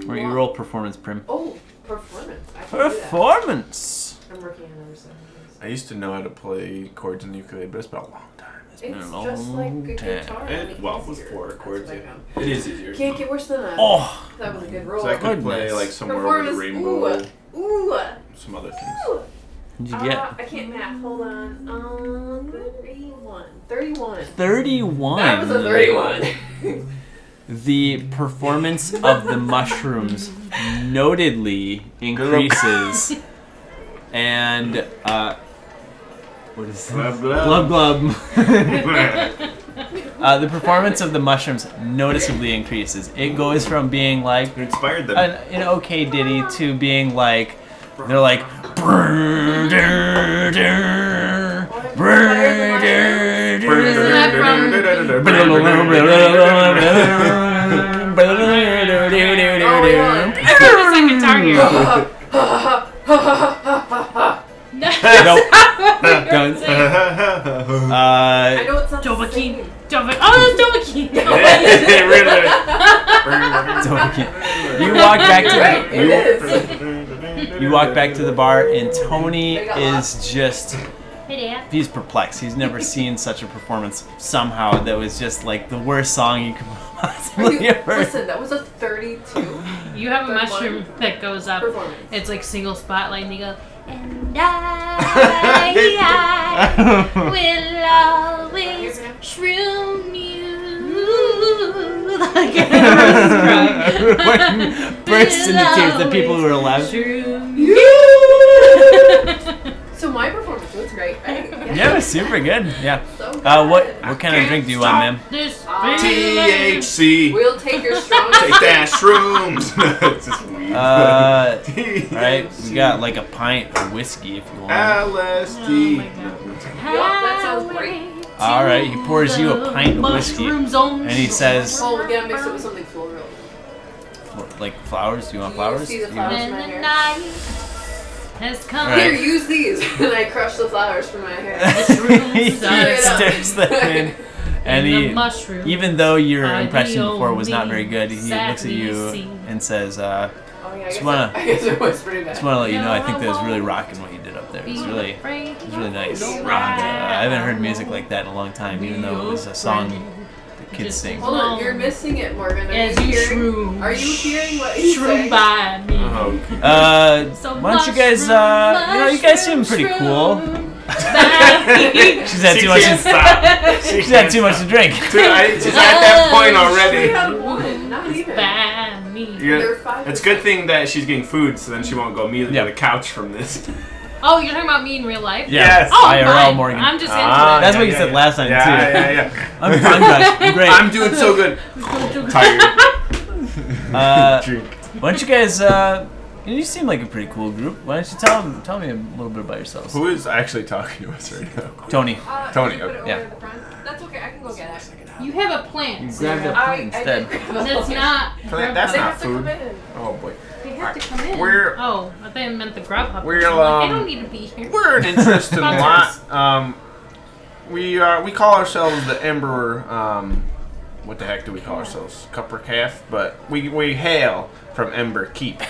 Speaker 3: Where you roll performance, Prim.
Speaker 4: Oh, performance. I can do that.
Speaker 3: Performance.
Speaker 4: I'm working on other sentences.
Speaker 2: I used to know how to play chords in the ukulele, but it's been a long time.
Speaker 4: It's
Speaker 3: been a
Speaker 4: just like
Speaker 3: long time.
Speaker 4: a guitar. only
Speaker 2: It, well, with
Speaker 4: easier.
Speaker 2: four
Speaker 4: That's
Speaker 2: chords,
Speaker 4: what I
Speaker 2: yeah.
Speaker 4: found.
Speaker 2: It is easier.
Speaker 4: Can't get worse than that.
Speaker 3: Oh.
Speaker 4: That was a good roll.
Speaker 2: So I could play
Speaker 3: Goodness.
Speaker 2: like somewhere over the rainbow,
Speaker 4: Performance. Ooh, ooh,
Speaker 2: some other things.
Speaker 4: ooh.
Speaker 3: What'd you
Speaker 4: Uh,
Speaker 3: get?
Speaker 4: I can't math. Hold on. Um, 31. 31.
Speaker 3: 31.
Speaker 4: That was a 31.
Speaker 3: The performance of the mushrooms notedly increases. and, uh, what is this?
Speaker 2: Glub,
Speaker 3: Glub
Speaker 2: glub.
Speaker 3: glub.
Speaker 1: That's
Speaker 3: uh, the performance of the mushrooms noticeably increases. It goes from being like
Speaker 2: It inspired them.
Speaker 3: an, an okay ditty to being like they're like "Brrr, durr, durr, brrr, durr, durr,
Speaker 1: my
Speaker 3: durr."
Speaker 1: guitar hero. No.
Speaker 3: Don't-
Speaker 4: I
Speaker 3: uh,
Speaker 4: know it's not the
Speaker 1: Dovahkiin.
Speaker 4: same.
Speaker 1: Dovah- Oh, that's Dovahkiin.
Speaker 3: don't get- you walk back
Speaker 4: Right,
Speaker 3: to
Speaker 4: it is.
Speaker 2: Really?
Speaker 3: you walk back to the bar and Tony is just
Speaker 1: Hey, Dad.
Speaker 3: he's perplexed. He's never seen such a performance somehow that was just like the worst song you could
Speaker 4: Are
Speaker 3: possibly
Speaker 4: you,
Speaker 3: ever.
Speaker 4: listen, that was a 32
Speaker 1: You have a
Speaker 4: Third
Speaker 1: mushroom that goes up.
Speaker 4: performance.
Speaker 1: It's like single spotlight, and they go, and I, I will always shroom you. Like everyone's drunk.
Speaker 3: Burst into tears. The people who are alive.
Speaker 1: Shroom
Speaker 4: So my performance was great, right?
Speaker 3: Yeah, it was super good. Yeah.
Speaker 4: So
Speaker 3: Uh, what
Speaker 4: good.
Speaker 3: what kind of drink do you want, ma'am?
Speaker 1: This
Speaker 4: Ah.
Speaker 2: THC.
Speaker 4: We'll take your strong.
Speaker 2: Take that, shrooms. It's just weed.
Speaker 3: Uh,
Speaker 2: THC.
Speaker 3: all right, we got like a pint of whiskey if you want.
Speaker 2: LSD.
Speaker 1: Oh
Speaker 4: that sounds great.
Speaker 3: All right, he pours you a pint of whiskey,
Speaker 1: and
Speaker 3: he says-
Speaker 4: Oh, we gotta mix it with something floral.
Speaker 3: Like flowers? Do you want
Speaker 4: You
Speaker 3: flowers?
Speaker 4: see the
Speaker 3: You
Speaker 4: flowers?
Speaker 3: want-
Speaker 1: When the night has come,
Speaker 3: Right.
Speaker 4: Here, use these. and I crush the flowers from my hair.
Speaker 3: he stirs them in, and
Speaker 1: and the
Speaker 3: he
Speaker 1: mushroom.
Speaker 3: Even though your
Speaker 1: I
Speaker 3: impression
Speaker 1: will
Speaker 3: before was not very
Speaker 1: be
Speaker 3: good, he looks at
Speaker 1: sadly
Speaker 3: you
Speaker 1: seen.
Speaker 3: and says, uh,
Speaker 4: Oh yeah, I
Speaker 3: Just
Speaker 4: guess,
Speaker 3: wanna-
Speaker 4: I, I guess it was pretty
Speaker 3: "Just
Speaker 4: bad.
Speaker 3: want to let you know, I
Speaker 1: No,
Speaker 3: think
Speaker 1: I
Speaker 3: that was really
Speaker 1: won't.
Speaker 3: rocking what you did up there. It was
Speaker 1: Be
Speaker 3: really, it
Speaker 1: afraid
Speaker 3: was really nice.
Speaker 4: Don't
Speaker 3: And, uh,
Speaker 4: rock.
Speaker 3: I haven't heard music like that in a long time, even though it was a song that kids
Speaker 1: Just
Speaker 3: sing."
Speaker 4: Hold on, you're missing it, Morgan. Are
Speaker 1: As you
Speaker 4: you hearing?
Speaker 1: shroom.
Speaker 4: Are you hearing what he's
Speaker 1: Shroom
Speaker 4: saying?
Speaker 1: by me.
Speaker 2: Oh,
Speaker 3: Uh,
Speaker 1: So
Speaker 3: Uh-huh. why don't you guys, uh, you know, you guys seem pretty cool. She's had
Speaker 2: she
Speaker 3: too much.
Speaker 2: can't stop. She
Speaker 3: She's had
Speaker 2: can't
Speaker 3: too much to drink.
Speaker 2: stop. Dude, I- She's at that point already.
Speaker 4: Straight out of one, not even.
Speaker 1: by me.
Speaker 2: You're-
Speaker 4: You're five
Speaker 2: it's a good thing that she's getting food, so then she won't go immediately
Speaker 3: Yeah.
Speaker 2: to the couch from this.
Speaker 1: Oh, you're talking about me in real life?
Speaker 3: Yeah,
Speaker 2: Yes.
Speaker 1: Oh,
Speaker 3: IRL
Speaker 1: fine.
Speaker 3: Morgan.
Speaker 1: I'm just into
Speaker 2: Ah,
Speaker 1: it.
Speaker 3: That's what you said last time,
Speaker 2: yeah,
Speaker 3: too.
Speaker 2: Yeah, yeah, yeah.
Speaker 3: I'm, I'm, Josh. I'm great.
Speaker 2: I'm doing so good. Tired.
Speaker 3: Uh,
Speaker 2: Drink.
Speaker 3: why don't you guys? Uh, you, know, you seem like a pretty cool group. Why don't you tell tell me a little bit about yourselves?
Speaker 2: Who is actually talking to us right now?
Speaker 3: Tony.
Speaker 4: Uh,
Speaker 2: Tony,
Speaker 4: you put it
Speaker 2: okay.
Speaker 4: over
Speaker 3: Yeah.
Speaker 4: the front. That's okay. I can go get it.
Speaker 1: You have a plant.
Speaker 3: You grabbed
Speaker 1: Sarah.
Speaker 3: a
Speaker 4: I, I
Speaker 3: plant
Speaker 4: did
Speaker 3: instead.
Speaker 4: grab a
Speaker 1: That's
Speaker 4: plate.
Speaker 1: not.
Speaker 2: Plant- that's
Speaker 4: They
Speaker 2: not
Speaker 4: have to come
Speaker 2: food.
Speaker 4: in.
Speaker 2: Oh boy.
Speaker 1: They have to come in.
Speaker 2: We're-
Speaker 1: Oh, I thought I meant the grub hub.
Speaker 2: We're,
Speaker 1: I'm like,
Speaker 2: um,
Speaker 1: I don't need to be here.
Speaker 2: We're an interesting
Speaker 1: Sponsors.
Speaker 2: lot. Um, we are. We call ourselves the Emperor. Um, what the heck do we call ourselves? Cupper calf, but we we hail from Ember Keep.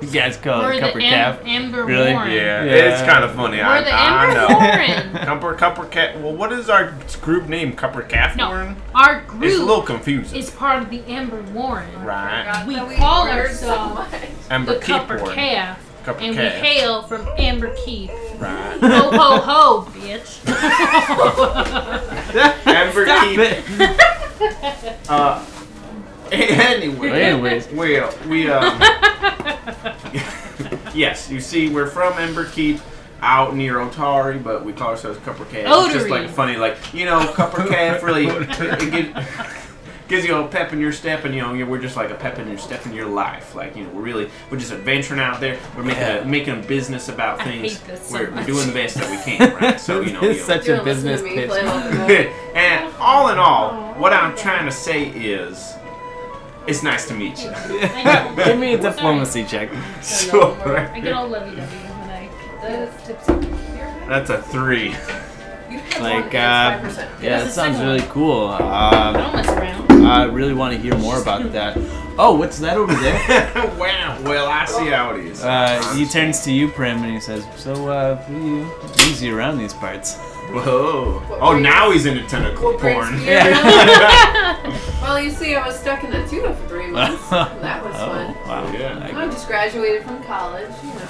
Speaker 3: You guys call
Speaker 1: We're
Speaker 3: it
Speaker 1: the
Speaker 3: Cupper Calf.
Speaker 1: Am- Amber
Speaker 3: Really?
Speaker 1: Warren.
Speaker 2: Yeah,
Speaker 3: Yeah.
Speaker 2: it's kind of funny.
Speaker 1: We're
Speaker 2: I,
Speaker 1: the
Speaker 2: I
Speaker 1: Amber
Speaker 2: know.
Speaker 1: Warren.
Speaker 2: Cupper Cupper Calf. Well, what is our group name? Cupper Calf
Speaker 1: No,
Speaker 2: Warren.
Speaker 1: our
Speaker 2: It's a little
Speaker 1: group
Speaker 2: confusing.
Speaker 1: is part of the Amber Warren,
Speaker 2: right.
Speaker 4: God,
Speaker 1: We
Speaker 4: that
Speaker 1: call
Speaker 4: ordered
Speaker 1: ourselves
Speaker 4: so much.
Speaker 2: Ember
Speaker 1: the
Speaker 2: Keep
Speaker 1: Cupper
Speaker 2: Warren.
Speaker 1: Calf,
Speaker 2: Cupper
Speaker 1: and
Speaker 2: Calf.
Speaker 1: we hail from Amber Keep.
Speaker 2: Right.
Speaker 1: Ho ho ho, bitch.
Speaker 2: Amber Keep. Uh, anyway.
Speaker 3: Anyways.
Speaker 2: We, uh, we, um. yes, you see, we're from Ember Keep out near Otari, but we call ourselves Cupper Calf. It's just
Speaker 1: Otary.
Speaker 2: like funny, like, you know, Cupper Calf really it gives, gives you a pep in your step, and you know, you- we're just like a pep in your step in your life. Like, you know, we're really, we're just adventuring out there. We're making, a, making a business about
Speaker 1: I hate
Speaker 2: things.
Speaker 1: this so
Speaker 2: we're, we're
Speaker 1: much.
Speaker 2: doing the best that we can, right? So, you know, you
Speaker 3: it's
Speaker 2: know
Speaker 3: such
Speaker 4: You
Speaker 3: a
Speaker 4: don't listen
Speaker 3: business
Speaker 4: to me,
Speaker 3: pitch.
Speaker 4: play along.
Speaker 2: and all in all, what I'm trying to say is, it's nice to meet you.
Speaker 1: I know.
Speaker 3: Give me a diplomacy check.
Speaker 2: So
Speaker 1: I get all lovey dovey when I get those tips.
Speaker 2: that's a three.
Speaker 4: You had
Speaker 3: Like,
Speaker 4: one,
Speaker 3: uh,
Speaker 4: it's 5%.
Speaker 3: Yeah, that
Speaker 1: What's the
Speaker 3: sounds
Speaker 1: second
Speaker 3: really cool.
Speaker 1: I
Speaker 3: Um,
Speaker 1: don't mess around.
Speaker 3: I really want to hear more about that. oh, what's that over there?
Speaker 2: wow. Well, I see how it is.
Speaker 3: Uh, he turns to you, Prim, and he says, "So, uh, what do you easy around these parts?"
Speaker 2: Whoa. Oh, now he's into tentacle
Speaker 4: What brings
Speaker 2: porn.
Speaker 4: you
Speaker 3: Yeah.
Speaker 4: Well, you see, I was stuck in a tuba for three months. that was
Speaker 3: Oh,
Speaker 4: fun.
Speaker 3: Wow.
Speaker 2: Yeah.
Speaker 4: I just graduated from college, you know.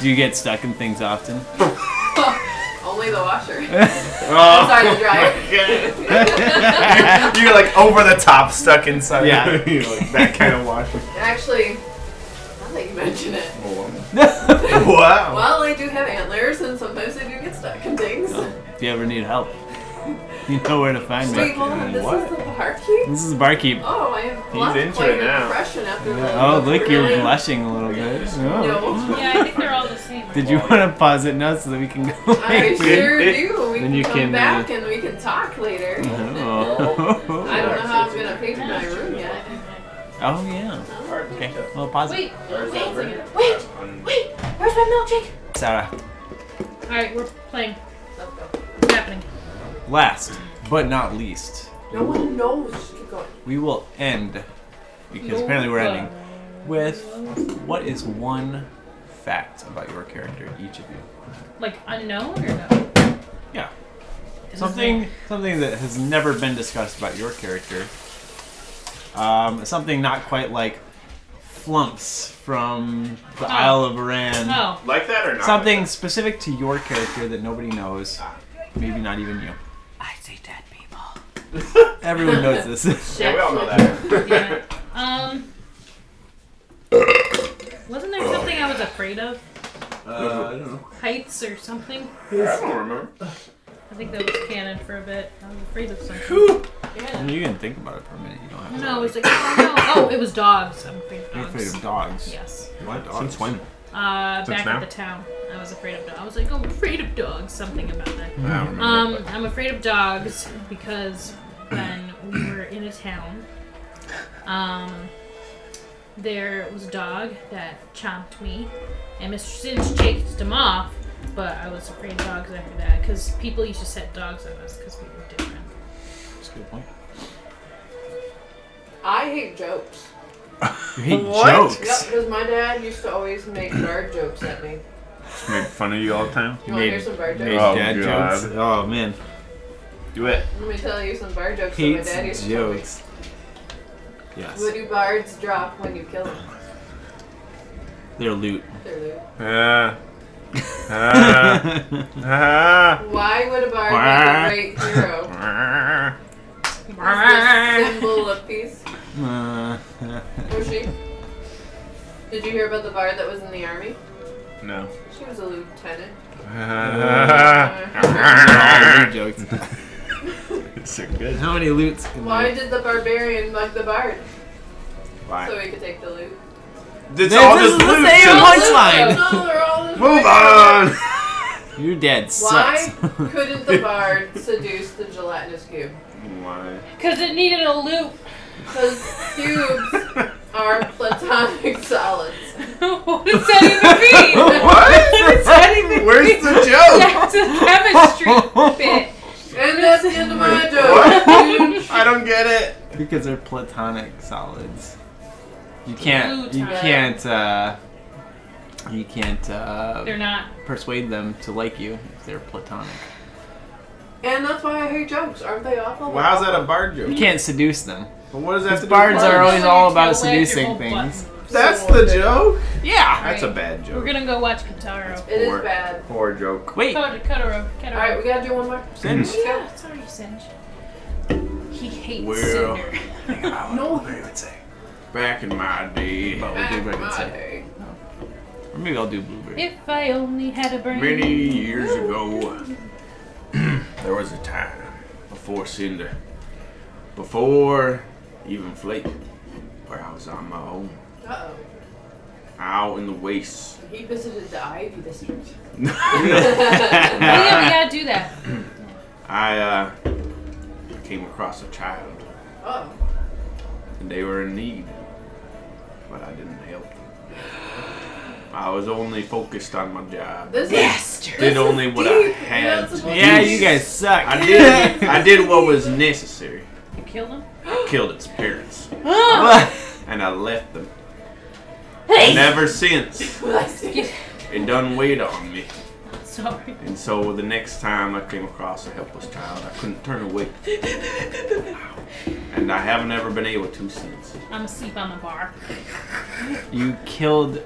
Speaker 3: Do you get stuck in things often?
Speaker 4: Only the washer.
Speaker 2: Oh,
Speaker 4: Sorry, the dryer.
Speaker 2: okay.
Speaker 5: You're like over the top, stuck inside.
Speaker 2: Yeah. you know, like that kind of washing.
Speaker 4: Actually, now that you mention it,
Speaker 2: Wow.
Speaker 4: well, they do have antlers, and sometimes they do get stuck in things.
Speaker 2: Oh,
Speaker 3: if you ever need help, you know where to find
Speaker 4: Wait,
Speaker 3: me.
Speaker 4: hold on. This
Speaker 2: What? Mm.
Speaker 4: is the bar key?
Speaker 3: This is the barkeep.
Speaker 4: Oh, I am blushing.
Speaker 2: into
Speaker 4: while
Speaker 2: it
Speaker 4: you're
Speaker 2: now.
Speaker 4: Freshen after the
Speaker 3: Oh, look, you're
Speaker 4: really-
Speaker 3: blushing a little bit. Oh.
Speaker 4: No.
Speaker 1: Yeah, I think they're all the same. right?
Speaker 3: Did you want to pause it now so that we can go?
Speaker 4: I
Speaker 3: later?
Speaker 4: sure do. We
Speaker 3: Then
Speaker 4: can
Speaker 3: you
Speaker 4: come
Speaker 3: can, uh,
Speaker 4: back and we can talk later.
Speaker 3: Oh.
Speaker 4: I don't know how I'm gonna pay for my room yet.
Speaker 3: Oh, yeah. Okay. Well, pause it.
Speaker 1: Wait, wait,
Speaker 5: that
Speaker 1: wait,
Speaker 5: ring?
Speaker 1: wait, wait. Where's my milkshake?
Speaker 3: Sarah,
Speaker 1: All right, we're playing. What's happening?
Speaker 3: last but not least,
Speaker 4: No one knows. Keep going.
Speaker 3: we will end because apparently we're ending with what is one fact about your character, each of you.
Speaker 1: Like unknown or no?
Speaker 3: Yeah. Something something that has never been discussed about your character. Um, something not quite like flumps from the Isle of Iran.
Speaker 1: Oh,
Speaker 2: Like that or not?
Speaker 3: Something specific to your character that nobody knows. Maybe not even you.
Speaker 1: I see dead people.
Speaker 3: Everyone knows this.
Speaker 2: Yeah, we all know that.
Speaker 1: Yeah. Um. Wasn't there something I was afraid of?
Speaker 3: Uh, I don't know.
Speaker 1: Heights or something?
Speaker 2: I don't remember.
Speaker 1: I think that was canon for a bit. I was afraid of something.
Speaker 4: Yeah.
Speaker 3: You can think about it for a minute. You don't have to.
Speaker 1: No, it was like, oh no. Oh, it was dogs. I'm afraid of
Speaker 3: You're
Speaker 1: dogs.
Speaker 3: afraid of dogs.
Speaker 1: Yes.
Speaker 3: Why dogs?
Speaker 2: Since when?
Speaker 1: Uh,
Speaker 2: Since
Speaker 1: back
Speaker 2: now?
Speaker 1: at the town, I was afraid of dogs. I was like, oh, I'm afraid of dogs. Something about that.
Speaker 2: I don't remember.
Speaker 1: Um, I'm afraid of dogs because when we were in a town, um, there was a dog that chomped me, and Mr. Sins chased him off. But I was afraid of dogs after that because people used to set dogs on us because we were different.
Speaker 3: That's a good point.
Speaker 4: I hate jokes.
Speaker 3: You hate
Speaker 2: What?
Speaker 4: Yep,
Speaker 3: jokes.
Speaker 4: because my dad used to always make nerd jokes at me.
Speaker 2: Just make fun of you all the time.
Speaker 4: You want to hear some bar
Speaker 3: Hate
Speaker 4: jokes?
Speaker 2: Oh,
Speaker 3: dad
Speaker 2: God.
Speaker 3: jokes. Oh man.
Speaker 2: Do it.
Speaker 4: Let me tell you some bar jokes that my dad
Speaker 3: Hates
Speaker 4: used to tell me.
Speaker 3: jokes. Yes.
Speaker 4: What do bards drop when you kill them?
Speaker 3: They're loot.
Speaker 4: They're loot.
Speaker 2: Uh, uh, uh,
Speaker 4: Why would a bard be a great hero?
Speaker 2: uh.
Speaker 4: Is this symbol of peace?
Speaker 3: Uh,
Speaker 4: Was she? Did you hear about the bard that was in the army?
Speaker 2: No.
Speaker 4: She was a lieutenant.
Speaker 3: all loot jokes.
Speaker 2: so good.
Speaker 3: How many loots can
Speaker 4: Why
Speaker 3: you-
Speaker 4: did the barbarian mug the bard? So
Speaker 2: Why?
Speaker 4: he could take the loot.
Speaker 2: It's
Speaker 3: This-
Speaker 2: all
Speaker 3: this
Speaker 2: this
Speaker 3: is the
Speaker 2: loot.
Speaker 3: same
Speaker 2: so-
Speaker 3: one.
Speaker 4: Loot,
Speaker 3: Punchline!
Speaker 4: no, they're all the
Speaker 2: Move
Speaker 4: same.
Speaker 2: on.
Speaker 3: Your dad
Speaker 4: Why
Speaker 3: sucks.
Speaker 4: couldn't the bard seduce the gelatinous cube?
Speaker 2: Why?
Speaker 1: Because it needed a loop.
Speaker 4: Because cubes are platonic solids.
Speaker 1: what does that even mean?
Speaker 2: What? Where's the joke?
Speaker 1: That's a chemistry bit.
Speaker 4: And that's the end of my joke.
Speaker 2: What? I don't get it.
Speaker 3: because they're platonic solids. You can't. You
Speaker 1: Plutonic.
Speaker 3: can't. Uh, you can't uh,
Speaker 1: They're not.
Speaker 3: persuade them to like you if they're platonic.
Speaker 4: and that's why I hate jokes. Aren't they awful?
Speaker 2: Well, how's that a bard
Speaker 3: You
Speaker 2: joke?
Speaker 3: can't seduce them.
Speaker 2: Well, what does that have to do
Speaker 3: Bards
Speaker 2: with
Speaker 3: are
Speaker 2: bards?
Speaker 3: always all about
Speaker 1: Tell Lex your
Speaker 3: seducing
Speaker 1: whole
Speaker 3: things.
Speaker 1: button.
Speaker 2: That's the joke?
Speaker 3: Yeah.
Speaker 2: That's a bad joke.
Speaker 1: We're gonna go watch Kataro.
Speaker 4: It is
Speaker 2: Or-
Speaker 4: bad.
Speaker 2: Poor joke.
Speaker 3: Wait.
Speaker 1: Kataro. Kataro.
Speaker 4: Alright, we gotta do one more.
Speaker 3: Singe.
Speaker 1: Yeah, sorry, Singe. He hates
Speaker 2: Well.
Speaker 1: Cinder.
Speaker 2: No. Back in my day,
Speaker 3: But we'll
Speaker 4: Back
Speaker 3: do what
Speaker 4: my
Speaker 3: it said.
Speaker 4: day.
Speaker 3: Or maybe I'll do blueberry.
Speaker 1: If I only had a brain.
Speaker 2: many years ago, there was a time before Cinder, before even Flake, where I was on my own,
Speaker 4: Uh-oh.
Speaker 2: out in the wastes.
Speaker 4: He visited the Ivy District.
Speaker 1: Oh yeah, we gotta do that.
Speaker 2: I uh, came across a child,
Speaker 4: Oh.
Speaker 2: and they were in need, but I didn't help them. I was only focused on my job.
Speaker 4: This is
Speaker 2: Did only what I
Speaker 4: deep.
Speaker 2: had
Speaker 4: That's
Speaker 2: to
Speaker 4: what-
Speaker 2: do.
Speaker 3: Yeah, you guys suck.
Speaker 2: I did. I did what was necessary.
Speaker 1: You killed him?
Speaker 2: Killed its parents.
Speaker 1: Oh,
Speaker 2: and I left them.
Speaker 4: Hey!
Speaker 2: And ever since,
Speaker 4: Blessing.
Speaker 2: it done weighed on me.
Speaker 1: Sorry.
Speaker 2: And so the next time I came across a helpless child, I couldn't turn away. And I haven't ever been able to since.
Speaker 1: I'm asleep on the bar.
Speaker 3: You killed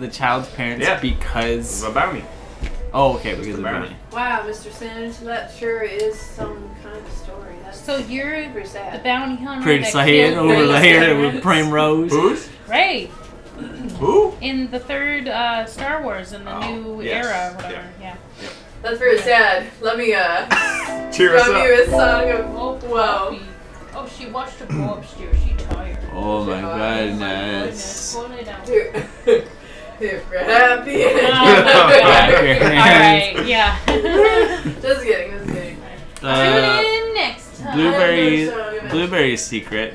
Speaker 3: the child's parents
Speaker 2: Yeah. It's
Speaker 3: because.
Speaker 2: a bounty.
Speaker 3: Oh, okay, because of the
Speaker 2: bounty.
Speaker 3: money.
Speaker 4: wow, Mr. Sanders, that sure is some kind of story. That's
Speaker 1: So you're
Speaker 4: pretty
Speaker 1: the
Speaker 4: sad.
Speaker 1: bounty hunter.
Speaker 3: Prince
Speaker 1: that
Speaker 3: Sahin
Speaker 1: killed
Speaker 3: over
Speaker 1: Prince
Speaker 3: there
Speaker 1: Sahin.
Speaker 3: with Primrose.
Speaker 2: Who's?
Speaker 1: Right.
Speaker 2: Who?
Speaker 1: In the third uh, Star Wars in the
Speaker 2: Oh,
Speaker 1: new
Speaker 2: yes.
Speaker 1: era or whatever. Yeah.
Speaker 4: That's very sad. Let me, uh,
Speaker 2: Cheer us
Speaker 4: drum you
Speaker 2: up.
Speaker 4: a song of.
Speaker 1: Oh,
Speaker 4: Whoa.
Speaker 1: Oh, she watched a go upstairs. She tired.
Speaker 3: Oh my
Speaker 4: my
Speaker 3: goodness.
Speaker 4: Here. If you're happy.
Speaker 1: Alright, yeah.
Speaker 4: just kidding, just kidding.
Speaker 3: Uh,
Speaker 1: Tune in next time.
Speaker 3: blueberry,
Speaker 4: I'm so
Speaker 3: blueberry's secret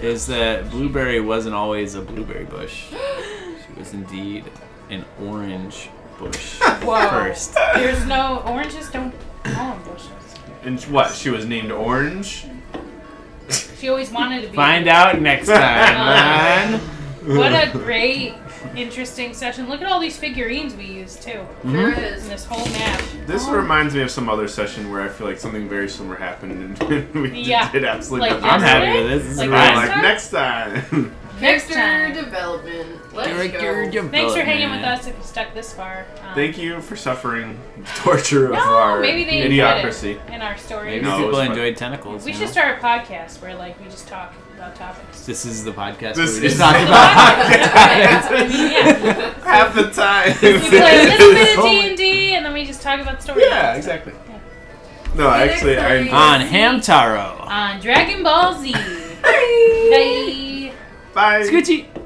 Speaker 3: is that blueberry wasn't always a blueberry bush. She was indeed an orange bush
Speaker 1: Whoa.
Speaker 3: first.
Speaker 1: There's no oranges don't oh, call them bushes.
Speaker 2: And what? She was named Orange?
Speaker 1: She always wanted to be.
Speaker 3: Find out next time on
Speaker 1: What a great, interesting session. Look at all these figurines we used too.
Speaker 4: Sure
Speaker 1: And
Speaker 4: is.
Speaker 1: this whole map.
Speaker 2: This reminds me of some other session where I feel like something very similar happened and we
Speaker 1: Yeah.
Speaker 2: just did absolutely
Speaker 1: Like
Speaker 3: I'm
Speaker 2: nothing.
Speaker 3: happy with this. This is
Speaker 1: Like
Speaker 2: We're
Speaker 1: Next
Speaker 3: fine.
Speaker 2: like,
Speaker 1: time?
Speaker 2: next time.
Speaker 1: Next
Speaker 4: Character
Speaker 1: time.
Speaker 4: development. Let's
Speaker 3: Character
Speaker 4: go.
Speaker 1: Thanks for hanging with
Speaker 3: development.
Speaker 1: us. If you stuck this far, um,
Speaker 2: Thank you for suffering the torture of
Speaker 1: No,
Speaker 2: our
Speaker 1: maybe they
Speaker 2: idiocracy.
Speaker 1: enjoyed it in our stories.
Speaker 3: Maybe
Speaker 2: No, it
Speaker 3: people
Speaker 2: was fun.
Speaker 3: enjoyed tentacles.
Speaker 1: We
Speaker 3: you
Speaker 1: should
Speaker 3: know?
Speaker 1: start a podcast where like we just talk about topics.
Speaker 3: This is the podcast.
Speaker 2: This
Speaker 3: where we
Speaker 2: is
Speaker 3: talk
Speaker 2: the
Speaker 3: about
Speaker 1: Yeah.
Speaker 2: Half the time.
Speaker 1: We play a little bit of D and D, and then we just talk about stories.
Speaker 2: Yeah, exactly. No,
Speaker 4: See you
Speaker 2: actually,
Speaker 4: next
Speaker 2: I
Speaker 4: time.
Speaker 2: enjoyed
Speaker 3: on Hamtaro.
Speaker 1: On Dragon Uh, Ball Z.
Speaker 4: Bye.
Speaker 1: Bye.
Speaker 2: Bye.
Speaker 3: Scoochie.